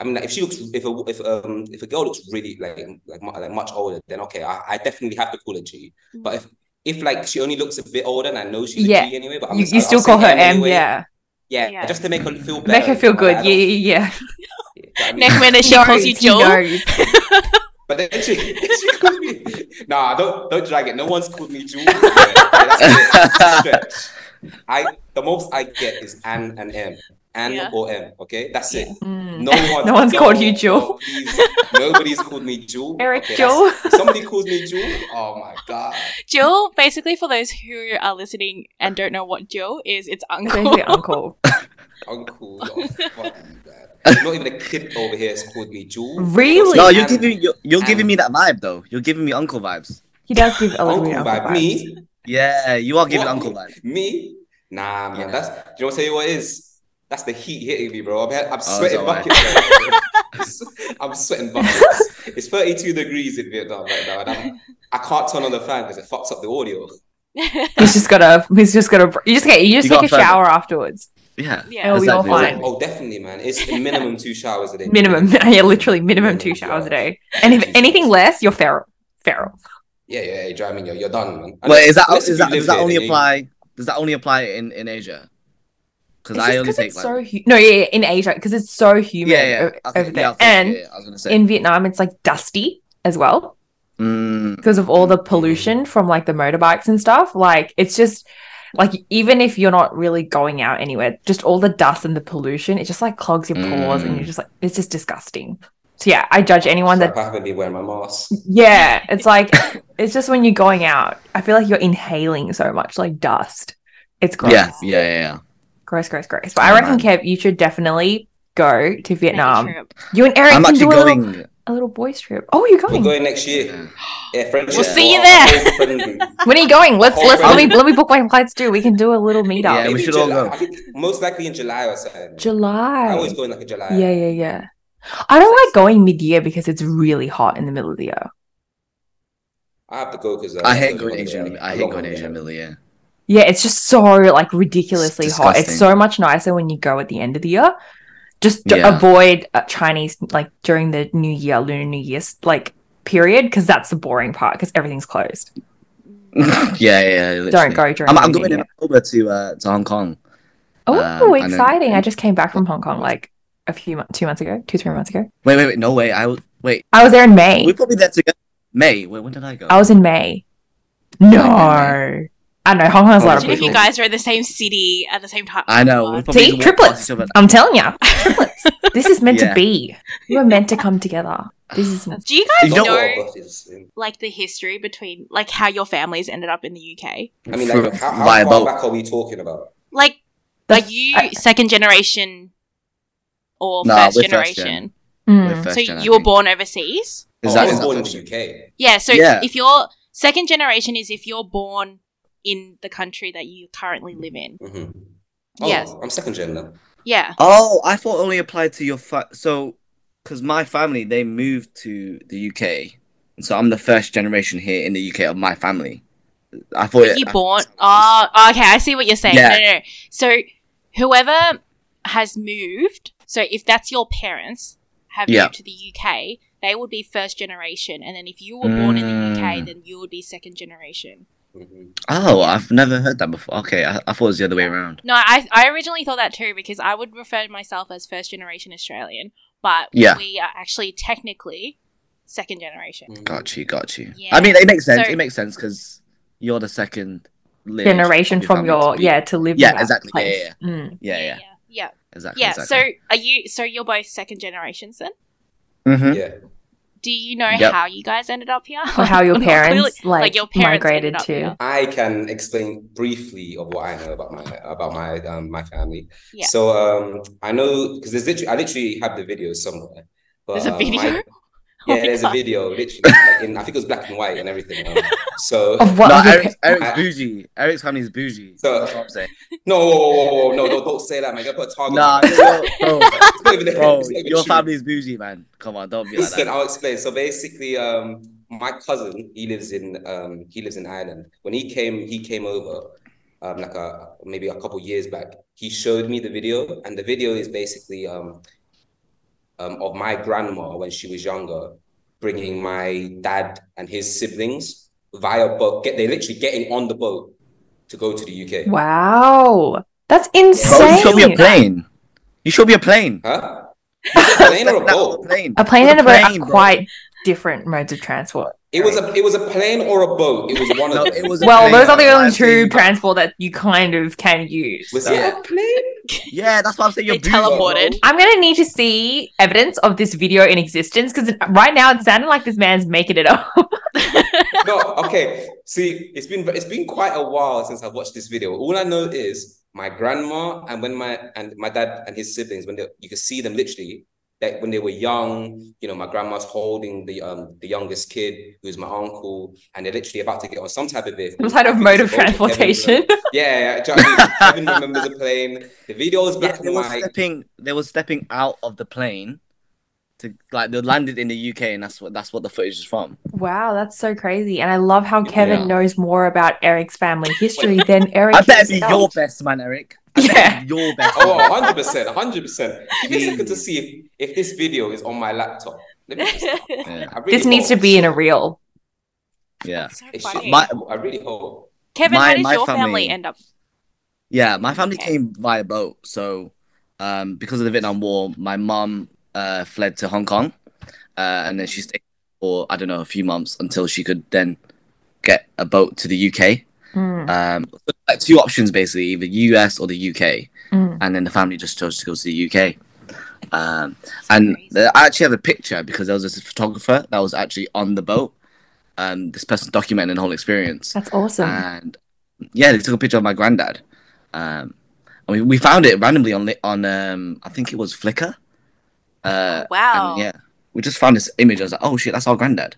Speaker 4: I mean, like if she looks if a if um if a girl looks really like like mu- like much older, then okay, I, I definitely have to call her G. But if if like she only looks a bit older and I know she's a
Speaker 2: Mm. Yeah.
Speaker 4: G anyway, but I'm
Speaker 2: you,
Speaker 4: just-
Speaker 2: you
Speaker 4: I'll-
Speaker 2: still
Speaker 4: I'll
Speaker 2: call
Speaker 4: say
Speaker 2: her M.
Speaker 4: anyway.
Speaker 2: Yeah,
Speaker 4: yeah,
Speaker 1: Yeah.
Speaker 4: just to make her feel better.
Speaker 2: make her feel
Speaker 4: Like,
Speaker 2: good.
Speaker 4: I
Speaker 2: Yeah,
Speaker 4: don't-
Speaker 2: yeah,
Speaker 4: I mean,
Speaker 1: Next minute,
Speaker 2: yeah.
Speaker 1: she calls you
Speaker 2: He
Speaker 1: Joel.
Speaker 2: knows.
Speaker 4: But then she, she called me. Nah, don't don't drag it. No one's called me Jules. Yeah, that's a bit of a stretch. I the most I get is an and M, an
Speaker 1: Yeah.
Speaker 4: or M. Okay, that's it.
Speaker 2: Mm.
Speaker 4: No one.
Speaker 2: No one's called you Jewel.
Speaker 4: no, please. Nobody's called me Jewel.
Speaker 2: Eric
Speaker 4: Okay, that's-
Speaker 2: Joel.
Speaker 4: If somebody calls me Jewel, oh my god.
Speaker 1: Jill, basically, for those who are listening and don't know what Jill is, it's uncle.
Speaker 2: Basically, uncle.
Speaker 4: Uncle. Oh, fuck you, man. Not even a kid over here has called me Jewel.
Speaker 2: Really?
Speaker 3: No, you're
Speaker 4: And-
Speaker 3: giving you're, you're giving
Speaker 4: and-
Speaker 3: me that vibe though. You're giving me uncle vibes.
Speaker 2: He does give a little
Speaker 4: Uncle
Speaker 2: bit of
Speaker 4: vibe.
Speaker 2: uncle vibes.
Speaker 4: Oh, Me,
Speaker 3: Yeah, you are giving
Speaker 4: What?
Speaker 3: uncle vibes.
Speaker 4: Me? Nah, man.
Speaker 3: Yeah.
Speaker 4: That's do you know what tell you what it is? That's the heat hitting me, bro. I'm, I'm
Speaker 3: Oh, it's
Speaker 4: sweating
Speaker 3: alright.
Speaker 4: buckets. bro. I'm sweating buckets. It's 32 degrees in Vietnam right now, and I'm, I can't turn on the fan because it fucks up the audio.
Speaker 2: He's just gotta. He's just gotta. You just get. You just
Speaker 3: You got
Speaker 2: take a
Speaker 3: further.
Speaker 2: shower afterwards.
Speaker 3: Yeah.
Speaker 1: yeah.
Speaker 2: Oh, we all fine.
Speaker 3: exactly.
Speaker 4: Oh, definitely, man. It's a minimum two showers a day.
Speaker 2: Minimum, yeah, literally minimum
Speaker 3: Oh
Speaker 2: two
Speaker 4: Minimum
Speaker 2: showers a
Speaker 4: two hours.
Speaker 2: day. And if
Speaker 4: Jesus.
Speaker 2: anything less, you're feral. Feral.
Speaker 4: Yeah, yeah, yeah. Driving, you're, you're done, man.
Speaker 3: Wait, is that
Speaker 4: Unless if
Speaker 3: is
Speaker 4: you
Speaker 3: that does
Speaker 4: live
Speaker 3: that
Speaker 4: there,
Speaker 3: only
Speaker 4: then you-
Speaker 3: apply? Does that only apply in in Asia? Because
Speaker 2: It's
Speaker 3: I
Speaker 2: just
Speaker 3: only
Speaker 2: 'cause
Speaker 3: take
Speaker 2: it's
Speaker 3: like
Speaker 2: so hu- no, yeah, yeah, in Asia because it's so humid
Speaker 3: yeah yeah
Speaker 2: o-
Speaker 3: okay,
Speaker 2: over there,
Speaker 3: yeah, I think-
Speaker 2: and
Speaker 3: yeah, yeah, I was gonna say
Speaker 2: in Vietnam it's like dusty as well
Speaker 3: Mm,
Speaker 2: because of all the pollution from like the motorbikes and stuff. Like it's just like even if you're not really going out anywhere, just all the dust and the pollution, it just like clogs your pores, and
Speaker 3: Mm.
Speaker 2: you're just like it's just disgusting. So yeah, I judge anyone
Speaker 4: So
Speaker 2: that
Speaker 4: I haven't been wearing my mask.
Speaker 2: Yeah, it's like it's just when you're going out, I feel like you're inhaling so much like dust. It's gross.
Speaker 3: yeah yeah yeah, yeah.
Speaker 2: Gross, gross, gross. But I reckon, Kev, you should definitely go to Vietnam. You and Eric
Speaker 3: I'm
Speaker 2: can
Speaker 3: actually
Speaker 2: do a little,
Speaker 3: going.
Speaker 2: a little boys trip. Oh, you're
Speaker 4: We're
Speaker 2: going.
Speaker 4: going next
Speaker 3: Yeah.
Speaker 4: year. Yeah, friendship.
Speaker 1: We'll see you
Speaker 4: there.
Speaker 2: When are you going? Let's
Speaker 4: Oh,
Speaker 2: let's let
Speaker 4: really?
Speaker 2: me let me book my flights too. We can do a little meetup.
Speaker 3: Yeah, we
Speaker 4: Maybe
Speaker 3: should all
Speaker 4: July-
Speaker 3: go.
Speaker 4: I think Most likely in July or something. I
Speaker 2: July.
Speaker 4: always go in like a July.
Speaker 2: Yeah, yeah, yeah. I don't like going mid year because it's really hot in the middle of the year.
Speaker 4: I have to go uh, because
Speaker 3: I hate going Asian. in- I hate going Asian middle yeah.
Speaker 2: Yeah, it's just so like ridiculously
Speaker 3: It's
Speaker 2: hot. It's
Speaker 3: disgusting.
Speaker 2: so much nicer when you go at the end of the year. Just to
Speaker 3: Yeah.
Speaker 2: avoid uh, Chinese like during the New Year, Lunar New Year's like period because that's the boring part because everything's closed.
Speaker 3: yeah yeah. yeah
Speaker 2: Don't
Speaker 3: literally.
Speaker 2: go during.
Speaker 3: I'm,
Speaker 2: the
Speaker 3: I'm
Speaker 2: New
Speaker 3: going in
Speaker 2: Year.
Speaker 3: October to uh, to Hong Kong.
Speaker 2: Oh,
Speaker 3: um, and then-
Speaker 2: exciting! I just came back from Hong Kong like a few months, two months ago, two three months ago.
Speaker 3: Wait wait wait no way I was wait
Speaker 2: I was there in
Speaker 3: we
Speaker 2: May. Oh.
Speaker 3: probably there together. May wait when did I go?
Speaker 2: I was in May. No. I don't know. Hong Kong's a
Speaker 3: Oh,
Speaker 2: lot of
Speaker 1: Imagine if you
Speaker 2: people.
Speaker 1: guys were in the same city at the same time.
Speaker 3: I know.
Speaker 1: Oh,
Speaker 3: we'll
Speaker 1: God.
Speaker 3: probably
Speaker 2: See?
Speaker 3: walk
Speaker 2: Triplets.
Speaker 3: past each other.
Speaker 2: I'm telling you, triplets. this is meant
Speaker 3: Yeah.
Speaker 2: to be. We were meant to come together. This is
Speaker 1: Do you guys
Speaker 3: You
Speaker 1: know,
Speaker 3: know-
Speaker 1: like the history between like how your families ended up in the UK?
Speaker 4: I mean, like, how, how
Speaker 3: Via
Speaker 4: far
Speaker 3: boat.
Speaker 4: back are we talking about?
Speaker 1: Like
Speaker 2: That's-
Speaker 1: are you
Speaker 2: I-
Speaker 1: second generation or
Speaker 3: Nah,
Speaker 1: first
Speaker 3: we're first
Speaker 1: generation?
Speaker 2: Mm.
Speaker 3: We're first
Speaker 1: so
Speaker 3: gen, I
Speaker 1: you were
Speaker 3: think.
Speaker 1: born overseas?
Speaker 3: Is
Speaker 4: Oh,
Speaker 3: that-
Speaker 4: I was
Speaker 3: is that
Speaker 4: born in
Speaker 3: first
Speaker 4: the
Speaker 3: gen?
Speaker 4: UK.
Speaker 1: Yeah, so
Speaker 3: Yeah.
Speaker 1: if you're second generation is if you're born in the country that you currently live in.
Speaker 4: hmm Oh,
Speaker 1: Yes.
Speaker 4: I'm second gen now.
Speaker 1: Yeah.
Speaker 3: Oh, I thought only applied to your fa- so because my family they moved to the UK, and so I'm the first generation here in the UK of my family. I thought
Speaker 1: If
Speaker 3: it-
Speaker 1: you
Speaker 3: I-
Speaker 1: born oh okay, I see what you're saying.
Speaker 3: Yeah.
Speaker 1: No, no, no. So whoever has moved, so if that's your parents have
Speaker 3: Yeah.
Speaker 1: moved to the UK, they would be first generation and then if you were born in the
Speaker 3: Mm.
Speaker 1: UK then you would be second generation.
Speaker 4: Mhm.
Speaker 3: Oh, I've never heard that before. Okay, I, I thought it was the other way around.
Speaker 1: No, I I originally thought that too because I would refer to myself as first generation Australian, but
Speaker 3: Yeah.
Speaker 1: we are actually technically second generation.
Speaker 4: Mhm.
Speaker 3: Got you, got you.
Speaker 1: Yeah.
Speaker 3: I mean, it makes sense.
Speaker 1: So-
Speaker 3: it makes sense because you're the second lineage
Speaker 2: Generation
Speaker 3: of
Speaker 2: from
Speaker 3: family to
Speaker 2: your
Speaker 3: be-
Speaker 2: yeah to live. in
Speaker 3: Yeah,
Speaker 2: that
Speaker 3: exactly. Yeah,
Speaker 2: place.
Speaker 3: yeah,
Speaker 2: Mm.
Speaker 3: yeah, yeah,
Speaker 1: Yeah.
Speaker 3: exactly.
Speaker 1: Yeah.
Speaker 3: exactly.
Speaker 1: So are you so you're both second generations then?
Speaker 3: Mhm.
Speaker 4: Mm-hmm. Yeah.
Speaker 1: Do you know
Speaker 3: Yep.
Speaker 1: how you guys ended up here?
Speaker 2: Or how your
Speaker 1: Well,
Speaker 2: parents
Speaker 1: clearly,
Speaker 2: like,
Speaker 1: like, your parents ended
Speaker 2: migrated
Speaker 1: up
Speaker 2: to.
Speaker 1: here.
Speaker 4: I can explain briefly of what I know about my about my um, my family.
Speaker 1: Yeah.
Speaker 4: So um, I know because there's literally I literally have the video somewhere. But,
Speaker 1: There's a
Speaker 4: um,
Speaker 1: video?
Speaker 4: I-
Speaker 1: Oh
Speaker 4: yeah,
Speaker 1: my
Speaker 4: there's
Speaker 1: God.
Speaker 4: a video literally. Like in, I think it was black and white and everything. Um, so
Speaker 1: Oh
Speaker 2: Of what?
Speaker 3: no,
Speaker 2: of your
Speaker 3: Eric's,
Speaker 2: pa-
Speaker 3: Eric's
Speaker 4: I-
Speaker 3: bougie. Eric's family's bougie.
Speaker 4: So-
Speaker 3: That's what I'm saying.
Speaker 4: no, whoa, whoa, whoa, whoa, no, don't, don't say that, man. You gotta put a target.
Speaker 3: Nah,
Speaker 4: on it.
Speaker 3: bro, bro,
Speaker 4: It's not even-
Speaker 3: bro,
Speaker 4: it's not even
Speaker 3: your
Speaker 4: true.
Speaker 3: family's bougie, man. Come on, don't be like
Speaker 4: Listen,
Speaker 3: that.
Speaker 4: I'll explain. So basically, um, my cousin, he lives in um, he lives in Ireland. When he came, he came over, um, like a maybe a couple years back. He showed me the video, and the video is basically um, um, of my grandma when she was younger, bringing my dad and his siblings via boat. Get they're literally getting on the boat to go to the UK.
Speaker 2: Wow, that's
Speaker 3: Bro, you
Speaker 2: insane.
Speaker 3: should be a plane. You should be a plane.
Speaker 4: Huh? Is it a plane or a
Speaker 3: That was
Speaker 4: boat?
Speaker 3: plane.
Speaker 2: A plane
Speaker 3: It
Speaker 2: and
Speaker 3: was
Speaker 2: a boat are
Speaker 3: bro.
Speaker 2: quite different modes of transport.
Speaker 4: It was a it was a plane or a boat. It was one
Speaker 3: No,
Speaker 4: of them.
Speaker 3: it was a
Speaker 2: Well,
Speaker 3: plane.
Speaker 2: those are the only
Speaker 3: I've seen
Speaker 2: two
Speaker 3: you-
Speaker 2: transport that you kind of can use.
Speaker 4: Was
Speaker 2: so-
Speaker 4: it a plane?
Speaker 3: Yeah, that's what I'm saying. You're
Speaker 1: They teleported.
Speaker 2: I'm gonna need to see evidence of this video in existence because right now it sounded like this man's making it up.
Speaker 4: no, okay. See, it's been it's been quite a while since I've watched this video. All I know is my grandma and when my and my dad and his siblings when they you could see them literally like when they were young. You know, my grandma's holding the um the youngest kid who's my uncle, and they're literally about to get on some type of vehicle.
Speaker 2: Some type of
Speaker 4: I think
Speaker 2: mode
Speaker 4: it's a
Speaker 2: of
Speaker 4: boat, Kevin-
Speaker 2: transportation.
Speaker 4: Yeah, yeah. do you know what I mean? Kevin remembers a plane. The video is
Speaker 3: Yeah,
Speaker 4: black
Speaker 3: they
Speaker 4: and
Speaker 3: were
Speaker 4: white.
Speaker 3: stepping. They were stepping out of the plane to like they landed in the UK, and that's what that's what the footage is from.
Speaker 2: Wow, that's so crazy. And I love how Kevin
Speaker 3: Yeah.
Speaker 2: knows more about Eric's family history than Eric.
Speaker 3: I better be your
Speaker 2: himself.
Speaker 3: best man, Eric.
Speaker 2: Yeah.
Speaker 3: Your best.
Speaker 4: Oh,
Speaker 3: man.
Speaker 4: 100 percent, hundred percent. Give me a second to
Speaker 3: Jeez.
Speaker 4: see if, if this video is on my laptop. Let me just,
Speaker 3: Yeah.
Speaker 4: I really
Speaker 2: This needs to
Speaker 4: hope
Speaker 2: be in
Speaker 4: so.
Speaker 2: a reel.
Speaker 3: yeah,
Speaker 1: That's so
Speaker 4: It should
Speaker 1: funny.
Speaker 4: be.
Speaker 3: My-
Speaker 4: I really hope.
Speaker 1: Kevin,
Speaker 3: my-
Speaker 1: how did
Speaker 3: my
Speaker 1: your family,
Speaker 3: family-
Speaker 1: end up?
Speaker 3: yeah. My family
Speaker 1: Okay.
Speaker 3: came via boat, so um, because of the Vietnam War, my mom uh, fled to Hong Kong, uh, and then she stayed for I don't know a few months until she could then get a boat to the UK.
Speaker 2: Mm,
Speaker 3: Um, so, like two options basically, either US or the UK,
Speaker 2: mm.
Speaker 3: and then the family just chose to go to the UK. Um, and
Speaker 1: crazy.
Speaker 3: th- I actually have a picture because there was this photographer that was actually on the boat. Um, this person documented the whole experience,
Speaker 2: That's awesome.
Speaker 3: and yeah, they took a picture of my granddad. Um, and we, we found it randomly on li- on um, I think it was Flickr. Uh,
Speaker 1: Wow.
Speaker 3: and yeah, we just found this image. I was like, oh shit, that's our granddad.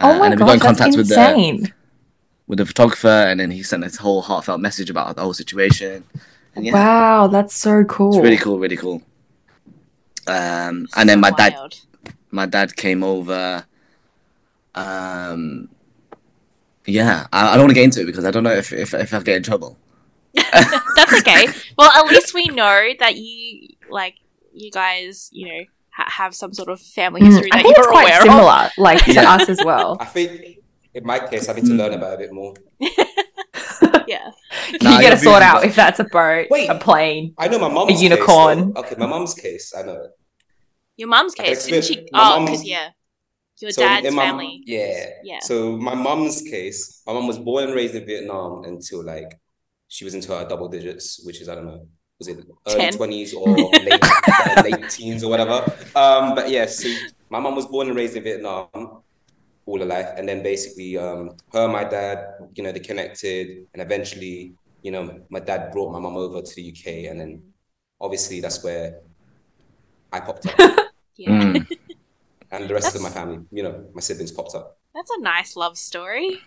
Speaker 3: Uh,
Speaker 2: oh my
Speaker 3: and then we got
Speaker 2: gosh,
Speaker 3: in
Speaker 2: that's
Speaker 3: contact with the
Speaker 2: insane.
Speaker 3: with the photographer, and then he sent this whole heartfelt message about the whole situation. And yeah,
Speaker 2: Wow, that's so cool.
Speaker 3: it's really cool, really cool. Um, and then my
Speaker 1: So
Speaker 3: dad,
Speaker 1: wild.
Speaker 3: my dad came over. Um, yeah, I, I don't want to get into it because I don't know if if, if I get in trouble.
Speaker 1: That's okay. Well, at least we know that you like you guys, you know, ha- have some sort of family
Speaker 2: Mm,
Speaker 1: history
Speaker 2: I
Speaker 1: that
Speaker 2: think it's
Speaker 1: you're
Speaker 2: quite
Speaker 1: aware of.
Speaker 2: similar, like to
Speaker 3: Yeah.
Speaker 2: us as well.
Speaker 4: I think in my case, I need to
Speaker 2: Hmm.
Speaker 3: Mm.
Speaker 4: learn about it a bit more.
Speaker 1: Yeah.
Speaker 3: Nah,
Speaker 2: you get to
Speaker 3: you'll be
Speaker 2: sort
Speaker 3: fine.
Speaker 2: out if that's a boat,
Speaker 4: Wait.
Speaker 2: a plane.
Speaker 4: I know my mom's case,
Speaker 2: unicorn.
Speaker 4: though. okay, my mom's case. I know. it.
Speaker 1: Your mum's
Speaker 4: Okay,
Speaker 1: case,
Speaker 4: so
Speaker 1: didn't
Speaker 4: if
Speaker 1: she?
Speaker 4: my
Speaker 1: Oh,
Speaker 4: mum-
Speaker 1: 'cause, yeah. Your
Speaker 4: So
Speaker 1: dad's
Speaker 4: in my-
Speaker 1: family.
Speaker 4: Yeah.
Speaker 1: Yeah.
Speaker 4: So my mum's case, my mum was born and raised in Vietnam until like she was into her double digits, which is I don't know, was it early
Speaker 1: 10?
Speaker 4: twenties or late, uh, late teens or whatever. Um, but yeah, so my mum was born and raised in Vietnam all her life, and then basically um, her and my dad, you know, they connected, and eventually, you know, my dad brought my mum over to the UK, and then obviously that's where I popped up,
Speaker 1: yeah.
Speaker 3: Mm.
Speaker 4: and the rest of my
Speaker 1: That's-
Speaker 4: family, you know, my siblings popped up.
Speaker 1: That's a nice love story.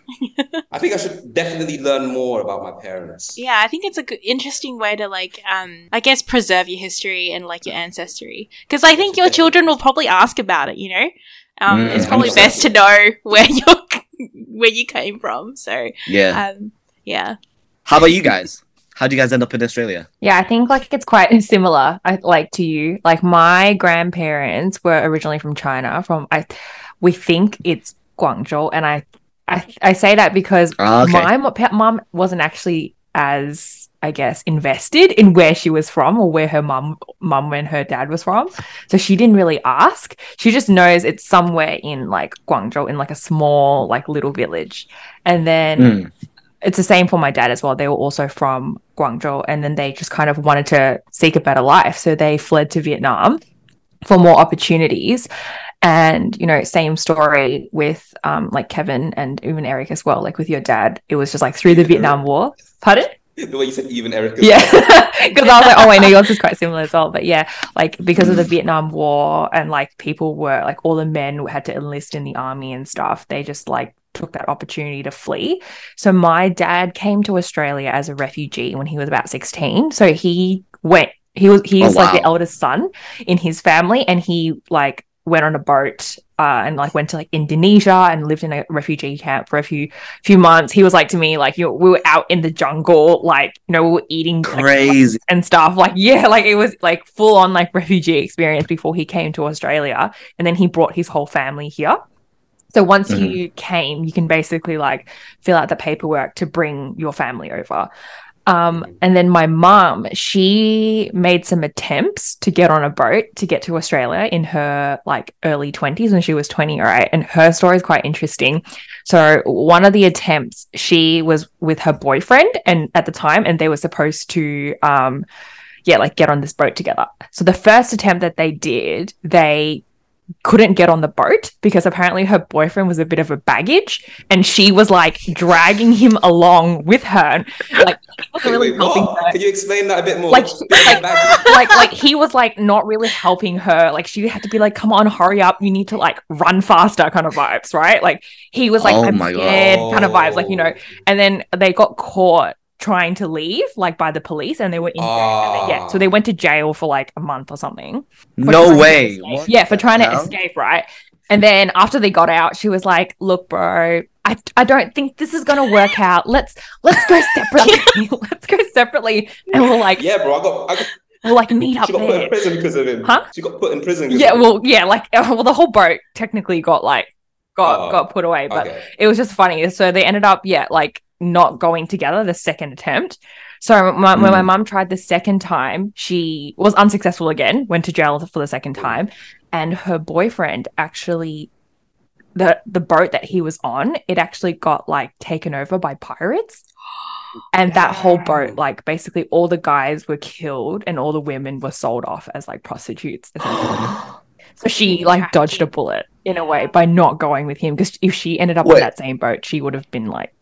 Speaker 4: I think I should definitely learn more about my parents.
Speaker 1: Yeah, I think it's a good, interesting way to like, um, I guess, preserve your history and like your ancestry, because I think your children will probably ask about it. You know, um,
Speaker 3: Mm,
Speaker 1: it's probably
Speaker 4: 100%.
Speaker 1: best to know where your where you came from. So,
Speaker 2: Uh,
Speaker 3: Yeah.
Speaker 1: um, yeah,
Speaker 3: How about you guys? How do you guys end up in Australia?
Speaker 2: Yeah, I think like it's quite similar. I like to you. Like my grandparents were originally from China. From I, we think it's Guangzhou, and I, I, I say that because
Speaker 3: Ah, okay.
Speaker 2: my mo- pa- mum wasn't actually as I guess invested in where she was from or where her mum mum and her dad was from. So she didn't really ask. She just knows it's somewhere in like Guangzhou in like a small like little village. And then
Speaker 3: Mm.
Speaker 2: it's the same for my dad as well. They were also from Guangzhou and then they just kind of wanted to seek a better life. So they fled to Vietnam for more opportunities. And, you know, same story with um, like Kevin and even Eric as well. Like with your dad, it was just like through the Vietnam War. Pardon?
Speaker 4: The way you said even Eric. is-
Speaker 2: Yeah. Because I was like, oh, I know yours is quite similar as well. But yeah, like because of the Vietnam War and like people were like all the men had to enlist in the army and stuff, they just like took that opportunity to flee. So my dad came to Australia as a refugee when he was about 16. So he went, he was, he's
Speaker 3: Oh,
Speaker 2: was like the
Speaker 3: wow.
Speaker 2: eldest son in his family and he like, went on a boat uh, and like went to like Indonesia and lived in a refugee camp for a few few months. He was like to me, like you know, we were out in the jungle, like you know, we were eating like,
Speaker 3: Crazy.
Speaker 2: and stuff. Like yeah, like it was like full on like refugee experience before he came to Australia, and then he brought his whole family here. So once
Speaker 3: Mhm.
Speaker 2: you came, you can basically like fill out the paperwork to bring your family over. Um,
Speaker 4: Mhm.
Speaker 2: and then my mum, she made some attempts to get on a boat to get to Australia in her like early 20s when she was 20, all right? And her story is quite interesting. So one of the attempts, she was with her boyfriend and at the time, and they were supposed to um yeah, like get on this boat together. So the first attempt that they did, they couldn't get on the boat because apparently her boyfriend was a bit of a baggage and she was like dragging him along with her. Like he wasn't
Speaker 4: Wait,
Speaker 2: really
Speaker 4: wait,
Speaker 2: helping
Speaker 4: what?
Speaker 2: her
Speaker 4: Can you explain that a bit more?
Speaker 2: Like- like-
Speaker 4: Back-
Speaker 2: like like he was like not really helping her. Like she had to be like, come on, hurry up. You need to like run faster kind of vibes, right? Like he was like,
Speaker 3: Oh
Speaker 2: I'm
Speaker 3: my God.
Speaker 2: scared kind of vibes, like you know. And then they got caught trying to leave, like by the police, and they were in
Speaker 4: Ah.
Speaker 2: jail. And they- yeah. So they went to jail for like a month or something. for
Speaker 3: No
Speaker 2: trying to
Speaker 3: way.
Speaker 2: escape.
Speaker 3: What
Speaker 2: Yeah, for
Speaker 3: the
Speaker 2: trying to
Speaker 3: hell?
Speaker 2: escape, right? And then after they got out, she was like, "Look, bro, I, I don't think this is gonna work out. Let's let's go separately. let's go separately." And we're like,
Speaker 4: Yeah, bro. I got. I got
Speaker 2: we'll like meet up
Speaker 4: she got put in
Speaker 2: there.
Speaker 4: prison because of him.
Speaker 2: Huh?
Speaker 4: She got put in prison. 'cause
Speaker 2: Yeah,
Speaker 4: of
Speaker 2: well, yeah, like well, the whole boat technically got like got
Speaker 4: Oh,
Speaker 2: got put away,
Speaker 4: him.
Speaker 2: but
Speaker 4: Okay.
Speaker 2: it was just funny. So they ended up, yeah, like not going together the second attempt. So my, when my
Speaker 3: Mm.
Speaker 2: mum tried the second time, she was unsuccessful again. Went to jail for the second time, and her boyfriend actually the the boat that he was on it actually got like taken over by pirates. And that whole boat,
Speaker 4: Damn.
Speaker 2: like basically all the guys were killed and all the women were sold off as like prostitutes. essentially. So she like dodged a bullet in a way by not going with him because if she ended up on
Speaker 3: Wait.
Speaker 2: that same boat, she would have been like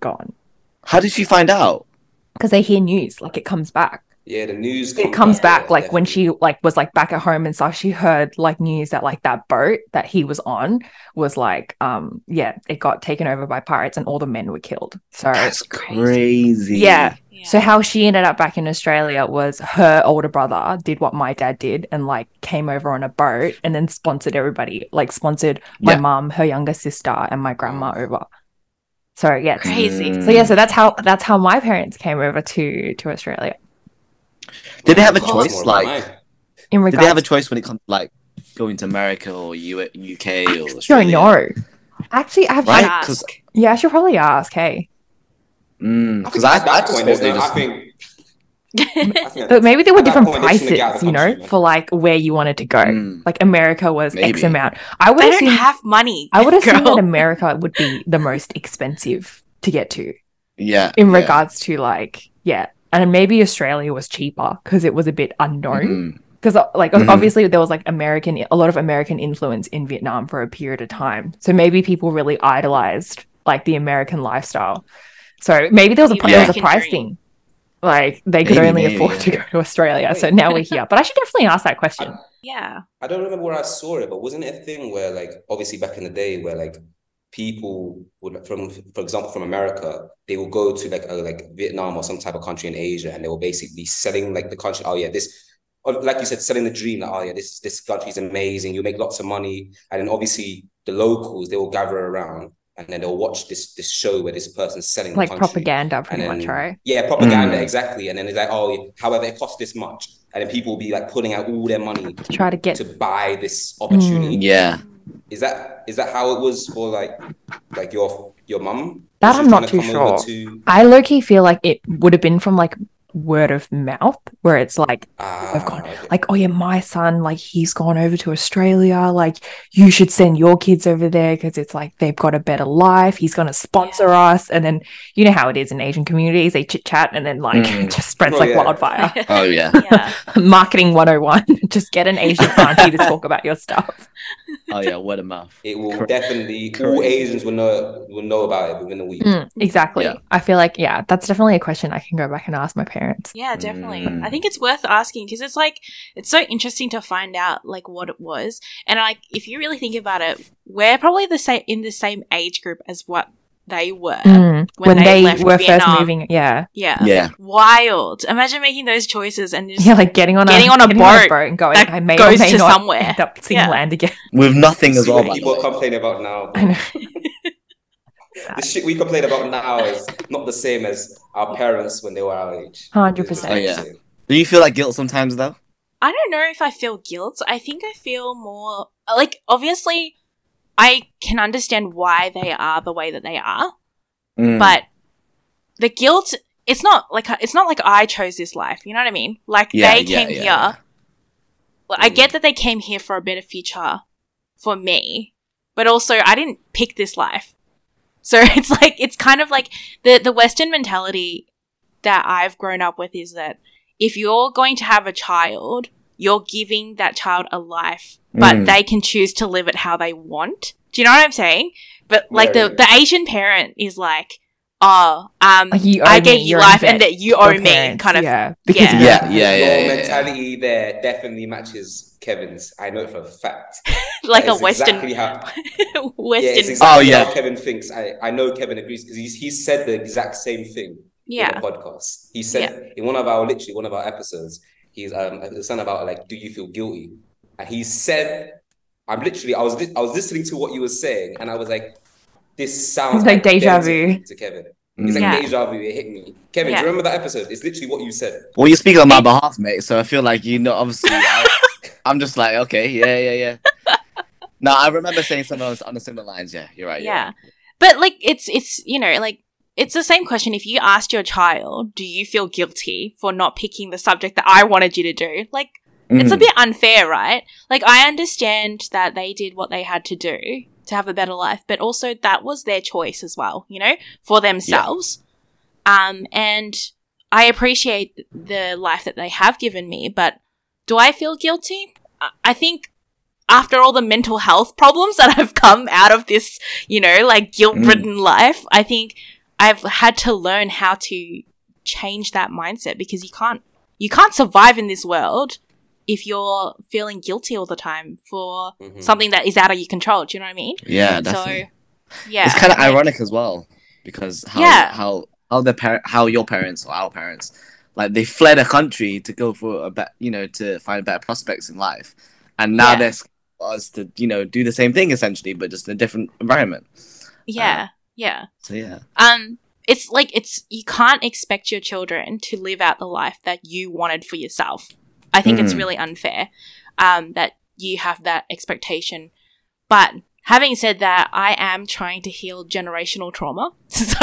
Speaker 2: gone
Speaker 3: How did she find out?
Speaker 2: because they hear news like it comes back.
Speaker 4: Yeah, the news.
Speaker 2: It comes back
Speaker 4: yeah,
Speaker 2: like when
Speaker 4: definitely.
Speaker 2: she like was like back at home and stuff. She heard like news that like that boat that he was on was like um yeah it got taken over by pirates and all the men were killed. So
Speaker 3: That's
Speaker 1: crazy.
Speaker 3: crazy.
Speaker 2: Yeah.
Speaker 1: yeah.
Speaker 2: So how she ended up back in Australia was her older brother did what my dad did and like came over on a boat and then sponsored everybody, like sponsored my
Speaker 3: Yeah. Mm.
Speaker 2: mum, her younger sister, and my grandma over. So yeah. it's-
Speaker 1: Crazy.
Speaker 3: Hmm.
Speaker 2: So yeah, so that's how that's how my parents came over to to Australia.
Speaker 3: Did they have a
Speaker 4: That's
Speaker 3: choice?
Speaker 4: more
Speaker 3: Like,
Speaker 4: mine.
Speaker 2: In
Speaker 3: did they have a
Speaker 2: regards,
Speaker 3: choice when it comes to like going to America or U- UK or
Speaker 2: I don't
Speaker 3: Australia?
Speaker 2: know. Actually, I've
Speaker 3: Right?
Speaker 1: Ask.
Speaker 3: 'Cause-
Speaker 2: yeah, I should probably ask. Hey,
Speaker 3: Because
Speaker 4: at
Speaker 3: I,
Speaker 4: that
Speaker 3: Hmm, I just
Speaker 4: point,
Speaker 3: thought
Speaker 4: there's
Speaker 3: they
Speaker 4: no-
Speaker 3: just
Speaker 4: I think I think
Speaker 2: But maybe there were
Speaker 4: At that
Speaker 2: different
Speaker 4: point, they shouldn't
Speaker 2: prices,
Speaker 4: have gathered
Speaker 2: you know,
Speaker 4: country, man.
Speaker 2: for like where you wanted to go.
Speaker 3: Mm.
Speaker 2: Like America was X
Speaker 3: Maybe.
Speaker 2: amount. I would
Speaker 1: They don't
Speaker 2: assume
Speaker 1: have money.
Speaker 2: I would assume
Speaker 1: girl.
Speaker 2: that America would be the most expensive to get to
Speaker 3: Yeah.
Speaker 2: in
Speaker 3: yeah.
Speaker 2: regards to like yeah, and maybe Australia was cheaper because it was a bit unknown.
Speaker 3: Mhm.
Speaker 2: Because like
Speaker 3: Mhm.
Speaker 2: obviously there was like American a lot of American influence in Vietnam for a period of time, so maybe people really idolized like the American lifestyle. So maybe there was a
Speaker 1: The
Speaker 2: pri- there was a
Speaker 1: American
Speaker 2: price
Speaker 1: dream.
Speaker 2: thing. Like they could
Speaker 3: Maybe,
Speaker 2: only
Speaker 3: maybe,
Speaker 2: afford
Speaker 3: yeah.
Speaker 2: to go to Australia, so
Speaker 4: Wait.
Speaker 2: now we're here. But I should definitely ask that question.
Speaker 1: Yeah.
Speaker 4: I don't remember where I saw it, but wasn't it a thing where, like, obviously back in the day, where like people would, from, for example, from America, they would go to like a, like Vietnam or some type of country in Asia, and they were basically selling like the country. Oh yeah, this, or like you said, selling the dream. Like, oh yeah, this this country is amazing. You make lots of money, and then obviously the locals they will gather around, and then they'll watch this this show where this person's selling the
Speaker 2: Like
Speaker 4: country.
Speaker 2: propaganda, pretty
Speaker 4: And
Speaker 2: much,
Speaker 4: then-
Speaker 2: right?
Speaker 4: Yeah, propaganda, exactly. And then it's like, oh, however, it costs this much. And then people will be like pulling out all their money
Speaker 2: To try to get
Speaker 4: to buy this
Speaker 2: Mm.
Speaker 4: opportunity.
Speaker 3: Yeah.
Speaker 4: Is that is that how it was for like like your your mum?
Speaker 2: That
Speaker 4: She
Speaker 2: I'm
Speaker 4: was
Speaker 2: not
Speaker 4: trying to
Speaker 2: too
Speaker 4: come over
Speaker 2: sure.
Speaker 4: to-
Speaker 2: I low key feel like it would have been from like word of mouth, where it's like,
Speaker 4: Ah,
Speaker 2: gone,
Speaker 4: okay.
Speaker 2: like, oh yeah, my son, like he's gone over to Australia. Like you should send your kids over there because it's like they've got a better life. He's gonna sponsor us, and then you know how it is in Asian communities, they chit chat and then like
Speaker 3: Mm.
Speaker 2: it just spreads
Speaker 4: Oh,
Speaker 2: like
Speaker 4: yeah.
Speaker 2: wildfire.
Speaker 3: Oh yeah.
Speaker 1: yeah.
Speaker 2: Marketing 101. just get an Asian auntie to talk about your stuff.
Speaker 3: Oh yeah. Word of mouth.
Speaker 4: It will
Speaker 3: Correct.
Speaker 4: definitely all
Speaker 3: Correct.
Speaker 4: Asians will know will know about it within a week.
Speaker 2: Mm, exactly.
Speaker 3: Yeah.
Speaker 2: I feel like yeah, that's definitely a question I can go back and ask my parents.
Speaker 1: Yeah, definitely.
Speaker 3: Mm.
Speaker 1: I think it's worth asking because it's like it's so interesting to find out like what it was. And like if you really think about it, we're probably the same in the same age group as what they were.
Speaker 2: Mm,
Speaker 1: when
Speaker 2: When,
Speaker 1: they
Speaker 2: they,
Speaker 1: left
Speaker 2: were
Speaker 1: Vietnam.
Speaker 2: first moving, yeah.
Speaker 1: Yeah.
Speaker 3: Yeah.
Speaker 1: Wild. Imagine making those choices and just
Speaker 2: Yeah, like getting on
Speaker 1: Getting
Speaker 2: a
Speaker 1: on a boat
Speaker 2: and going.
Speaker 1: that
Speaker 2: I may or
Speaker 1: goes
Speaker 2: may
Speaker 1: to
Speaker 2: not
Speaker 1: somewhere."
Speaker 2: end up seeing
Speaker 1: Yeah.
Speaker 2: land again.
Speaker 3: With nothing as
Speaker 4: See
Speaker 3: well.
Speaker 4: what
Speaker 3: by the
Speaker 4: people
Speaker 3: way.
Speaker 4: complain about now.
Speaker 2: I know.
Speaker 4: The shit we complain about now is not the same as our parents when they were our age.
Speaker 2: Hundred
Speaker 4: It's
Speaker 2: percent.
Speaker 4: not
Speaker 3: Oh,
Speaker 4: the
Speaker 3: yeah.
Speaker 4: same.
Speaker 3: Do you feel like guilt sometimes though?
Speaker 1: I don't know if I feel guilt. I think I feel more like obviously I can understand why they are the way that they are,
Speaker 3: Mm.
Speaker 1: but the guilt it's not like it's not like I chose this life, you know what I mean? Like
Speaker 3: Yeah,
Speaker 1: they
Speaker 3: yeah,
Speaker 1: came
Speaker 3: yeah,
Speaker 1: here.
Speaker 3: yeah.
Speaker 1: Well, I
Speaker 4: Mm.
Speaker 1: get that they came here for a better future for me, but also I didn't pick this life. So it's like it's kind of like the the western mentality that I've grown up with is that if you're going to have a child, you're giving that child a life, but
Speaker 3: Mm.
Speaker 1: they can choose to live it how they want. Do you know what I'm saying? But like
Speaker 4: Yeah,
Speaker 1: the the Asian parent is like, oh, um,
Speaker 2: Like you owe
Speaker 1: I
Speaker 2: me,
Speaker 1: gave you
Speaker 2: you're in
Speaker 1: life, and
Speaker 2: debt.
Speaker 1: that you
Speaker 2: Your
Speaker 1: owe me,
Speaker 2: parents,
Speaker 1: kind of.
Speaker 2: yeah, because
Speaker 1: yeah.
Speaker 2: you-
Speaker 3: Yeah. Yeah. Yeah.
Speaker 4: Your
Speaker 3: yeah, yeah.
Speaker 4: mentality there definitely matches Kevin's. I know it for a fact.
Speaker 1: like
Speaker 4: That
Speaker 1: a
Speaker 4: is
Speaker 1: Western,
Speaker 4: Exactly how, yeah,
Speaker 1: Western,
Speaker 4: it's
Speaker 1: yeah,
Speaker 4: exactly
Speaker 3: Oh, yeah.
Speaker 4: how Kevin thinks. I, I know Kevin agrees because he's he said the exact same thing in the podcast. He said in one of our literally one of our episodes, he's um it was something about like, do you feel guilty? And he said, I'm literally I was li- I was listening to what you were saying, and I was like, this sounds
Speaker 2: It's like deja
Speaker 4: identical
Speaker 2: vu.
Speaker 4: to Kevin. It's like
Speaker 1: Yeah.
Speaker 4: deja vu. It hit me. Kevin,
Speaker 1: Yeah.
Speaker 4: do you remember that episode? It's literally what you said.
Speaker 3: Well, you're speaking on my behalf, mate. So I feel like you know. Obviously, I, I'm just like, okay, yeah, yeah, yeah. No, I remember saying something on- on the similar lines. Yeah, you're right. you're
Speaker 1: yeah.
Speaker 3: right.
Speaker 1: But like, it's it's you know like it's the same question. If you asked your child, do you feel guilty for not picking the subject that I wanted you to do? Like, it's a
Speaker 3: Mhm.
Speaker 1: bit unfair, right? Like, I understand that they did what they had to do to have a better life, but also that was their choice as well, you know, for themselves. Um, and I appreciate the life that they have given me, but do I feel guilty? I- I think after all the mental health problems that have come out of this, you know, like guilt
Speaker 3: Mm.
Speaker 1: ridden life, I think I've had to learn how to change that mindset because you can't you can't survive in this world if you're feeling guilty all the time for
Speaker 4: Mhm.
Speaker 1: something that is out of your control. Do you know what I mean?
Speaker 3: Mm. Yeah, definitely.
Speaker 1: So, yeah,
Speaker 3: it's kind of
Speaker 1: like-
Speaker 3: ironic as well because how
Speaker 1: Yeah.
Speaker 3: how how their parent how your parents or our parents like they fled a country to go for a bet you know to find better prospects in life and now
Speaker 1: Yeah.
Speaker 3: they're scared for us to you know do the same thing essentially but just in a different environment
Speaker 1: Yeah, yeah.
Speaker 3: so yeah
Speaker 1: Um, it's like it's you can't expect your children to live out the life that you wanted for yourself. I think it's
Speaker 3: Mm.
Speaker 1: really unfair um, that you have that expectation. But Having said that, I am trying to heal generational trauma. So,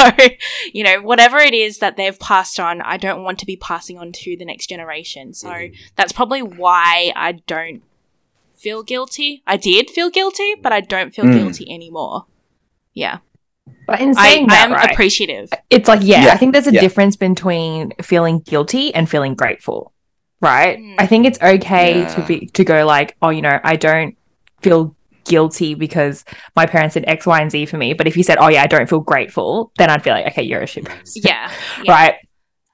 Speaker 1: you know, whatever it is that they've passed on, I don't want to be passing on to the next generation. So
Speaker 4: Mhm.
Speaker 1: that's probably why I don't feel guilty. I did feel guilty, but I don't feel
Speaker 3: Mm.
Speaker 1: guilty anymore. Yeah.
Speaker 2: But in
Speaker 1: I,
Speaker 2: saying
Speaker 1: I
Speaker 2: that,
Speaker 1: am
Speaker 2: right,
Speaker 1: appreciative.
Speaker 2: it's like yeah,
Speaker 3: Yeah.
Speaker 2: I think there's a
Speaker 3: Yeah.
Speaker 2: difference between feeling guilty and feeling grateful, right?
Speaker 1: Mm.
Speaker 2: I think it's okay to
Speaker 3: Yeah.
Speaker 2: be to go like, oh, you know, I don't feel guilty because my parents did X, Y, and Z for me. But if you said, oh yeah, I don't feel grateful, then I'd be like, okay, you're a shit person.
Speaker 1: Yeah. yeah.
Speaker 2: right?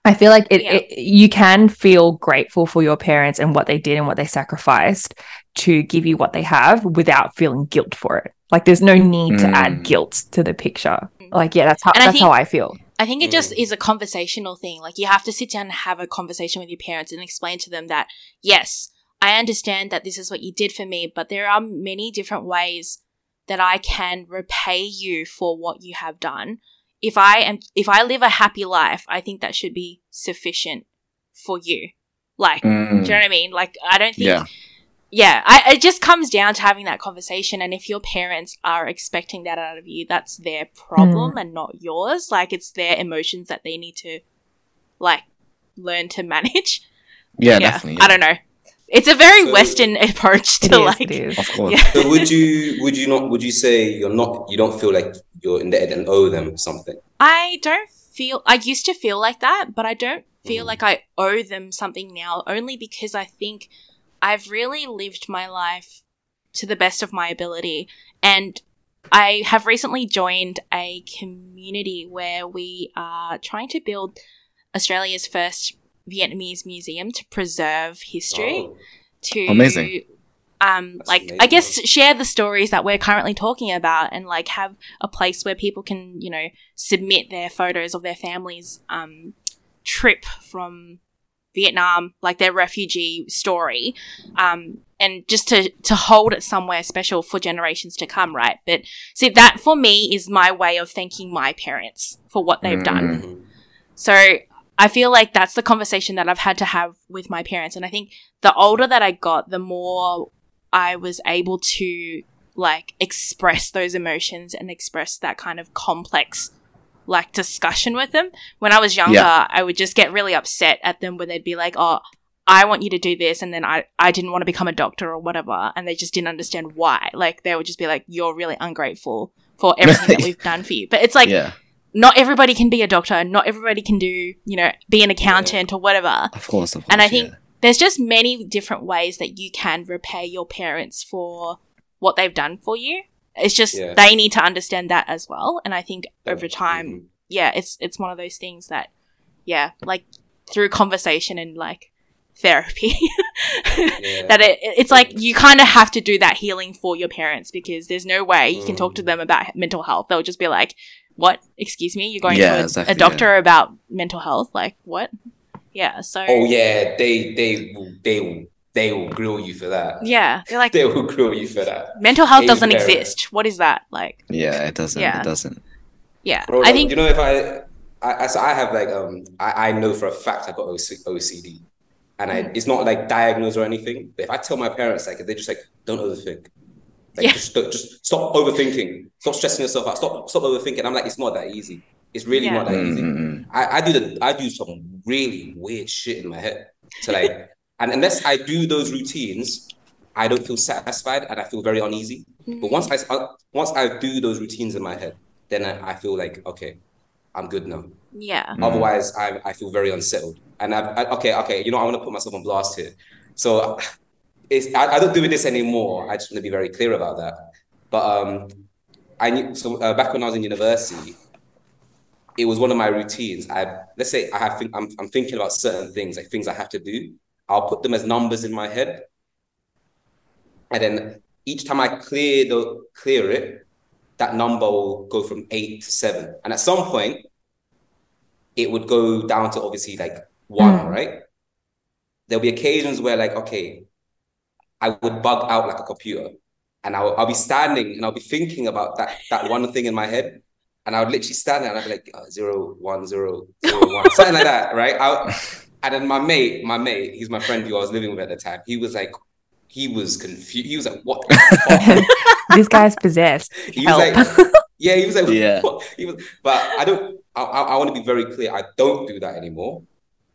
Speaker 2: I feel like it,
Speaker 1: Yeah.
Speaker 2: it. You can feel grateful for your parents and what they did and what they sacrificed to give you what they have without feeling guilt for it. Like, there's no need to add
Speaker 3: Mm.
Speaker 2: guilt to the picture. Like, yeah, that's how
Speaker 1: And I
Speaker 2: that's
Speaker 1: think-
Speaker 2: how I feel.
Speaker 1: I think it just is a conversational thing. Like you have to sit down and have a conversation with your parents and explain to them that yes, I understand that this is what you did for me, but there are many different ways that I can repay you for what you have done. If I am if I live a happy life, I think that should be sufficient for you. Like, do you know
Speaker 3: Mm.
Speaker 1: what I mean? Like I don't think
Speaker 3: Yeah.
Speaker 1: yeah, I, it just comes down to having that conversation. And if your parents are expecting that out of you, that's their problem
Speaker 2: Hmm.
Speaker 1: and not yours. Like, it's their emotions that they need to, like, learn to manage.
Speaker 3: Yeah, definitely.
Speaker 1: I don't know. It's a very
Speaker 4: So-
Speaker 1: Western approach
Speaker 2: It
Speaker 1: to,
Speaker 2: is,
Speaker 1: like,
Speaker 2: it is.
Speaker 3: Of course.
Speaker 1: yeah.
Speaker 4: So would you would you not would you say you're not you don't feel like you're indebted and owe them something?
Speaker 1: I don't feel, I used to feel like that, but I don't feel
Speaker 4: Mm.
Speaker 1: like I owe them something now, only because I think I've really lived my life to the best of my ability. And I have recently joined a community where we are trying to build Australia's first Vietnamese museum to preserve history
Speaker 4: Oh.
Speaker 1: to
Speaker 3: Amazing.
Speaker 1: um
Speaker 4: That's
Speaker 1: like i
Speaker 4: amazing.
Speaker 1: guess share the stories that we're currently talking about and like have a place where people can you know submit their photos of their families um trip from vietnam like their refugee story um and just to to hold it somewhere special for generations to come right but see that for me is my way of thanking my parents for what they've done
Speaker 3: Mm.
Speaker 4: Mhm.
Speaker 1: so I feel like that's the conversation that I've had to have with my parents. And I think the older that I got, the more I was able to like express those emotions and express that kind of complex like discussion with them. When I was younger, I would just get really upset at them when they'd be like, Oh, I want you to do this and then I, I didn't want to become a doctor or whatever and they just didn't understand why. Like they would just be like, You're really ungrateful for everything that we've done for you. But it's like
Speaker 3: yeah,
Speaker 1: not everybody can be a doctor, not everybody can do, you know, be an accountant or whatever.
Speaker 3: of course, of course.
Speaker 1: And I
Speaker 3: yeah.
Speaker 1: think there's just many different ways that you can repay your parents for what they've done for you. It's just
Speaker 4: Yeah.
Speaker 1: they need to understand that as well. And I think over time,
Speaker 4: Mhm.
Speaker 1: yeah, it's it's one of those things that yeah, like through conversation and like therapy
Speaker 4: Mm-hmm. Yeah.
Speaker 1: that it, it's like you kind of have to do that healing for your parents because there's no way you can talk to
Speaker 4: Mm.
Speaker 1: them about mental health. They'll just be like, "What? Excuse me, you're going
Speaker 3: Yeah,
Speaker 1: to a,
Speaker 3: exactly,
Speaker 1: a doctor about mental health? Like what?" Yeah. So
Speaker 4: Oh yeah, they they will- they will they will grill you for that.
Speaker 1: yeah, they're like,
Speaker 4: They will grill you for that.
Speaker 1: "Mental health
Speaker 4: Hey,
Speaker 1: doesn't
Speaker 4: parents.
Speaker 1: exist. What is that?" Like,
Speaker 3: yeah, it doesn't.
Speaker 1: Yeah.
Speaker 3: It doesn't.
Speaker 1: yeah,
Speaker 4: Bro,
Speaker 1: I think
Speaker 4: you know if I I, I so I have like um I, I know for a fact I got OC, OCD, and I it's not like diagnosed or anything. But if I tell my parents like they're just like don't overthink, like
Speaker 1: Yeah.
Speaker 4: just don't, just stop overthinking, stop stressing yourself out, stop stop overthinking. I'm like it's not that easy. It's really
Speaker 1: Yeah.
Speaker 4: not that
Speaker 3: Mm,
Speaker 4: easy.
Speaker 3: mm, mm.
Speaker 4: I, I do the I do some really weird shit in my head to like, and unless I do those routines, I don't feel satisfied and I feel very uneasy. But once I s- uh, once I do those routines in my head, then I, I feel like okay, I'm good now.
Speaker 1: yeah,
Speaker 3: Mm.
Speaker 4: Otherwise, I I feel very unsettled. And I, I okay okay, you know I want to put myself on blast here. So it's I, I don't do this anymore. I just want to be very clear about that. But um, I knew so uh, back when I was in university, it was one of my routines. I let's say I have think, I'm I'm thinking about certain things like things I have to do. I'll put them as numbers in my head, and then each time I clear the clear it, that number will go from eight to seven, and at some point, it would go down to obviously like one,
Speaker 2: Mm.
Speaker 4: right? There'll be occasions where like okay, I would bug out like a computer, and I'll I'll be standing and I'll be thinking about that that one thing in my head, and I would literally stand there and I'd be like uh, zero one zero zero one something like that, right? I, and then my mate, my mate, he's my friend who I was living with at the time. He was like, he was confused. He was like, "What?" the
Speaker 2: this guy's possessed.
Speaker 4: fuck? He
Speaker 2: Help.
Speaker 4: was like, "Yeah." He was like,
Speaker 3: Yeah.
Speaker 4: "What?" He was, but I don't. I, I, I want to be very clear. I don't do that anymore.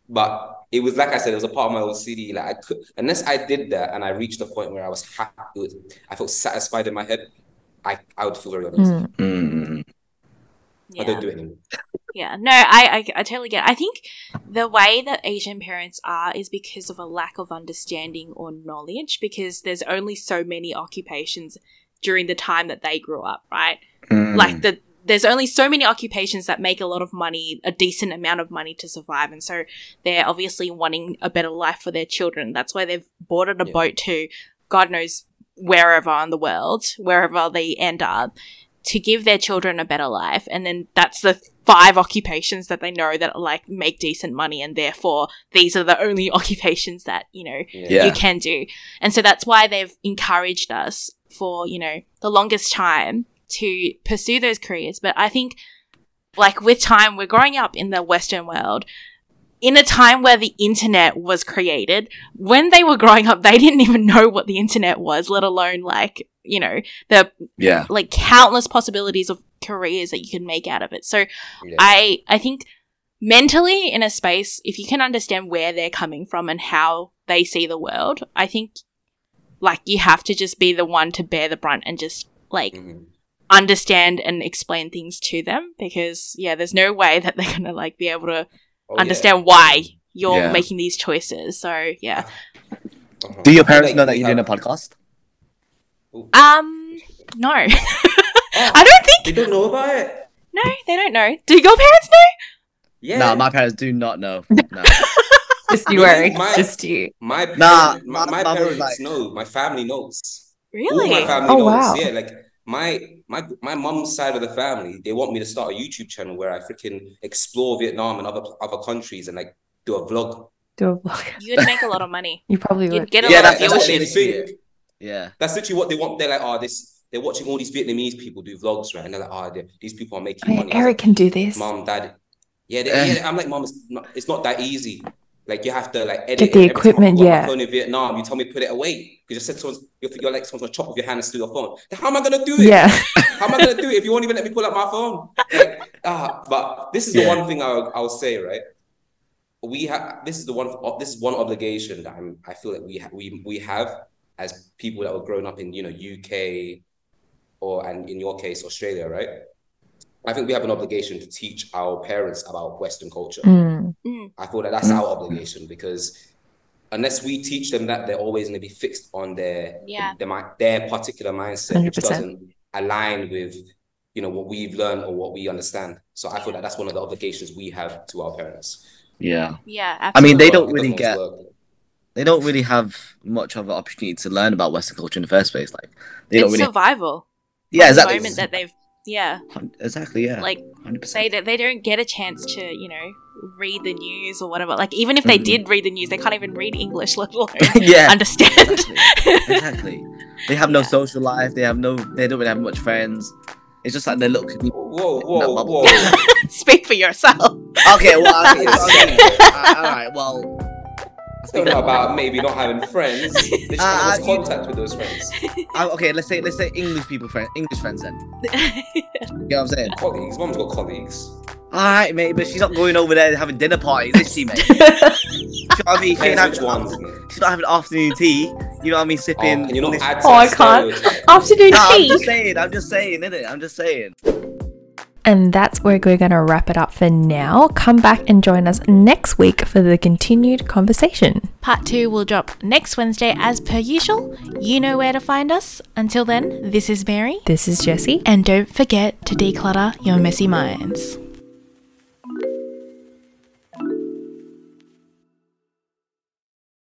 Speaker 4: But it was like I said, it was a part of my OCD. Like I could, unless I did that and I reached the point where I was happy, with, I felt satisfied in my head. I, I would feel very honest.
Speaker 2: Mm.
Speaker 3: Mm.
Speaker 4: I
Speaker 1: Yeah.
Speaker 4: don't do it anymore.
Speaker 1: Yeah, no, I, I I totally get. It. I think the way that Asian parents are is because of a lack of understanding or knowledge. Because there's only so many occupations during the time that they grew up, right?
Speaker 3: Mm.
Speaker 1: Like the there's only so many occupations that make a lot of money, a decent amount of money to survive, and so they're obviously wanting a better life for their children. That's why they've boarded a
Speaker 4: Yeah.
Speaker 1: boat to God knows wherever in the world, wherever they end up, to give their children a better life. And then that's the five occupations that they know that like make decent money, and therefore these are the only occupations that you know
Speaker 3: Yeah.
Speaker 1: you can do. And so that's why they've encouraged us for, you know, the longest time to pursue those careers. But I think, like, with time, we're growing up in the Western world. In a time where the internet was created, when they were growing up, they didn't even know what the internet was, let alone like, you know, the
Speaker 3: yeah.
Speaker 1: like countless possibilities of careers that you can make out of it. So
Speaker 4: Yeah.
Speaker 1: I I think mentally in a space if you can understand where they're coming from and how they see the world, I think like you have to just be the one to bear the brunt and just like
Speaker 3: Mm.
Speaker 4: Mhm.
Speaker 1: understand and explain things to them because yeah, there's no way that they're going to like be able to
Speaker 4: Oh, yeah.
Speaker 1: understand why you're
Speaker 3: Yeah.
Speaker 1: making these choices. So yeah.
Speaker 4: Uh-huh.
Speaker 3: Do your
Speaker 4: I feel
Speaker 3: parents
Speaker 4: like
Speaker 3: know that
Speaker 4: we
Speaker 3: you're doing a
Speaker 4: have-
Speaker 3: podcast?
Speaker 1: Um no.
Speaker 4: Oh,
Speaker 1: I don't think
Speaker 4: they don't know about it.
Speaker 1: no, they don't know. Do your parents know?
Speaker 4: Yeah.
Speaker 3: No, my parents do not know. No.
Speaker 2: Just you, Eric.
Speaker 4: My-
Speaker 2: It's just you.
Speaker 4: My
Speaker 3: Nah,
Speaker 4: parents, my,
Speaker 3: my
Speaker 4: my
Speaker 3: mum was
Speaker 4: parents
Speaker 3: like-
Speaker 4: know. My family knows. All
Speaker 1: Really?
Speaker 4: my family
Speaker 2: Oh,
Speaker 4: knows.
Speaker 2: wow.
Speaker 4: Yeah, like my my my mom's side of the family, they want me to start a YouTube channel where I freaking explore Vietnam and other other countries and like do a vlog.
Speaker 2: Do a vlog.
Speaker 1: you would make a lot of money.
Speaker 2: You probably
Speaker 1: You'd
Speaker 2: would.
Speaker 1: get a
Speaker 3: Yeah,
Speaker 1: lot of
Speaker 3: that- that's what
Speaker 1: viewership.
Speaker 3: it
Speaker 4: they
Speaker 3: is.
Speaker 4: think.
Speaker 3: yeah.
Speaker 4: That's literally what they want. They're like, oh, this. They're watching all these Vietnamese people do vlogs, right? And they're like, oh, they- these people are making
Speaker 2: Oh, yeah,
Speaker 4: money. I was
Speaker 2: Eric
Speaker 4: like,
Speaker 2: can do this.
Speaker 4: mom, dad. Yeah, they,
Speaker 3: Eh.
Speaker 4: yeah. I'm like, mom, it's not, it's not that easy. Like you have to like edit
Speaker 2: Get
Speaker 4: it.
Speaker 2: the
Speaker 4: Every time I
Speaker 2: equipment,
Speaker 4: put up my
Speaker 2: yeah.
Speaker 4: phone in Vietnam, you told me to put it away because you said someone's you're, you're like someone's gonna chop off your hand and steal your phone. Then How am I gonna do it?
Speaker 2: Yeah.
Speaker 4: How am I gonna do it if you won't even let me pull up my phone? Like, ah, but this is the
Speaker 3: Yeah.
Speaker 4: one thing I'll, I'll say, right? We have this is the one this is one obligation that I'm I feel that we ha- we we have as people that were grown up in you know UK or and in your case Australia, right? I think we have an obligation to teach our parents about Western culture.
Speaker 2: Mm.
Speaker 4: I feel that that's
Speaker 3: Mm.
Speaker 4: our obligation because unless we teach them that, they're always going to be fixed on their
Speaker 1: Yeah.
Speaker 4: their, mi- their particular mindset, which
Speaker 2: 100%.
Speaker 4: doesn't align with you know what we've learned or what we understand. So I feel that that's one of the obligations we have to our parents.
Speaker 3: Yeah.
Speaker 1: Yeah,
Speaker 3: I
Speaker 1: absolutely.
Speaker 3: mean, they
Speaker 4: But
Speaker 3: don't
Speaker 4: it
Speaker 3: really
Speaker 4: doesn't
Speaker 3: get-
Speaker 4: always work.
Speaker 3: They don't really have much of an opportunity to learn about Western culture in the first place. Like they
Speaker 1: it's
Speaker 3: don't really.
Speaker 1: survival.
Speaker 3: yeah,
Speaker 1: The
Speaker 3: exactly.
Speaker 1: moment that they've yeah,
Speaker 3: Hun- Exactly. Yeah.
Speaker 1: like
Speaker 3: hundred
Speaker 1: they
Speaker 3: percent.
Speaker 1: they don't get a chance to you know read the news or whatever. Like even if they
Speaker 3: Mhm.
Speaker 1: did read the news, they can't even read English, let alone
Speaker 3: Yeah.
Speaker 1: understand.
Speaker 3: Exactly. exactly. They have no
Speaker 1: Yeah.
Speaker 3: social life. They have no. They don't really have much friends. It's just like their little community.
Speaker 4: Whoa,
Speaker 3: That
Speaker 4: whoa,
Speaker 3: bubble.
Speaker 4: whoa!
Speaker 1: Speak for yourself.
Speaker 3: Okay. Well. I mean,
Speaker 4: It's-
Speaker 3: okay. uh, all right. Well.
Speaker 4: It's not about maybe not having friends. They just
Speaker 3: Uh,
Speaker 4: have
Speaker 3: I-
Speaker 4: lost contact with those friends.
Speaker 3: Uh, okay. Let's say let's say English people friend English friends then. You know what I'm saying?
Speaker 4: Colleagues, mom's got colleagues.
Speaker 3: All right, mate. But she's not going over there and having dinner parties, is she, mate? you know what I mean? She ain't having
Speaker 4: Depends which ones. man.
Speaker 3: She's not having afternoon tea. You know what I mean?
Speaker 4: Oh,
Speaker 3: Sipping.
Speaker 4: can you not
Speaker 3: this-
Speaker 4: add to
Speaker 2: Oh, I
Speaker 4: that
Speaker 2: can't.
Speaker 4: stereotype?
Speaker 2: Afternoon
Speaker 3: No, I'm
Speaker 2: tea.
Speaker 3: just saying. I'm just saying, innit? I'm just saying.
Speaker 2: And that's where we're going to wrap it up for now. Come back and join us next week for the continued conversation.
Speaker 1: Part two will drop next Wednesday as per usual. You know where to find us. Until then, this is Mary,
Speaker 2: This is Jessie.
Speaker 1: and don't forget to declutter your messy minds.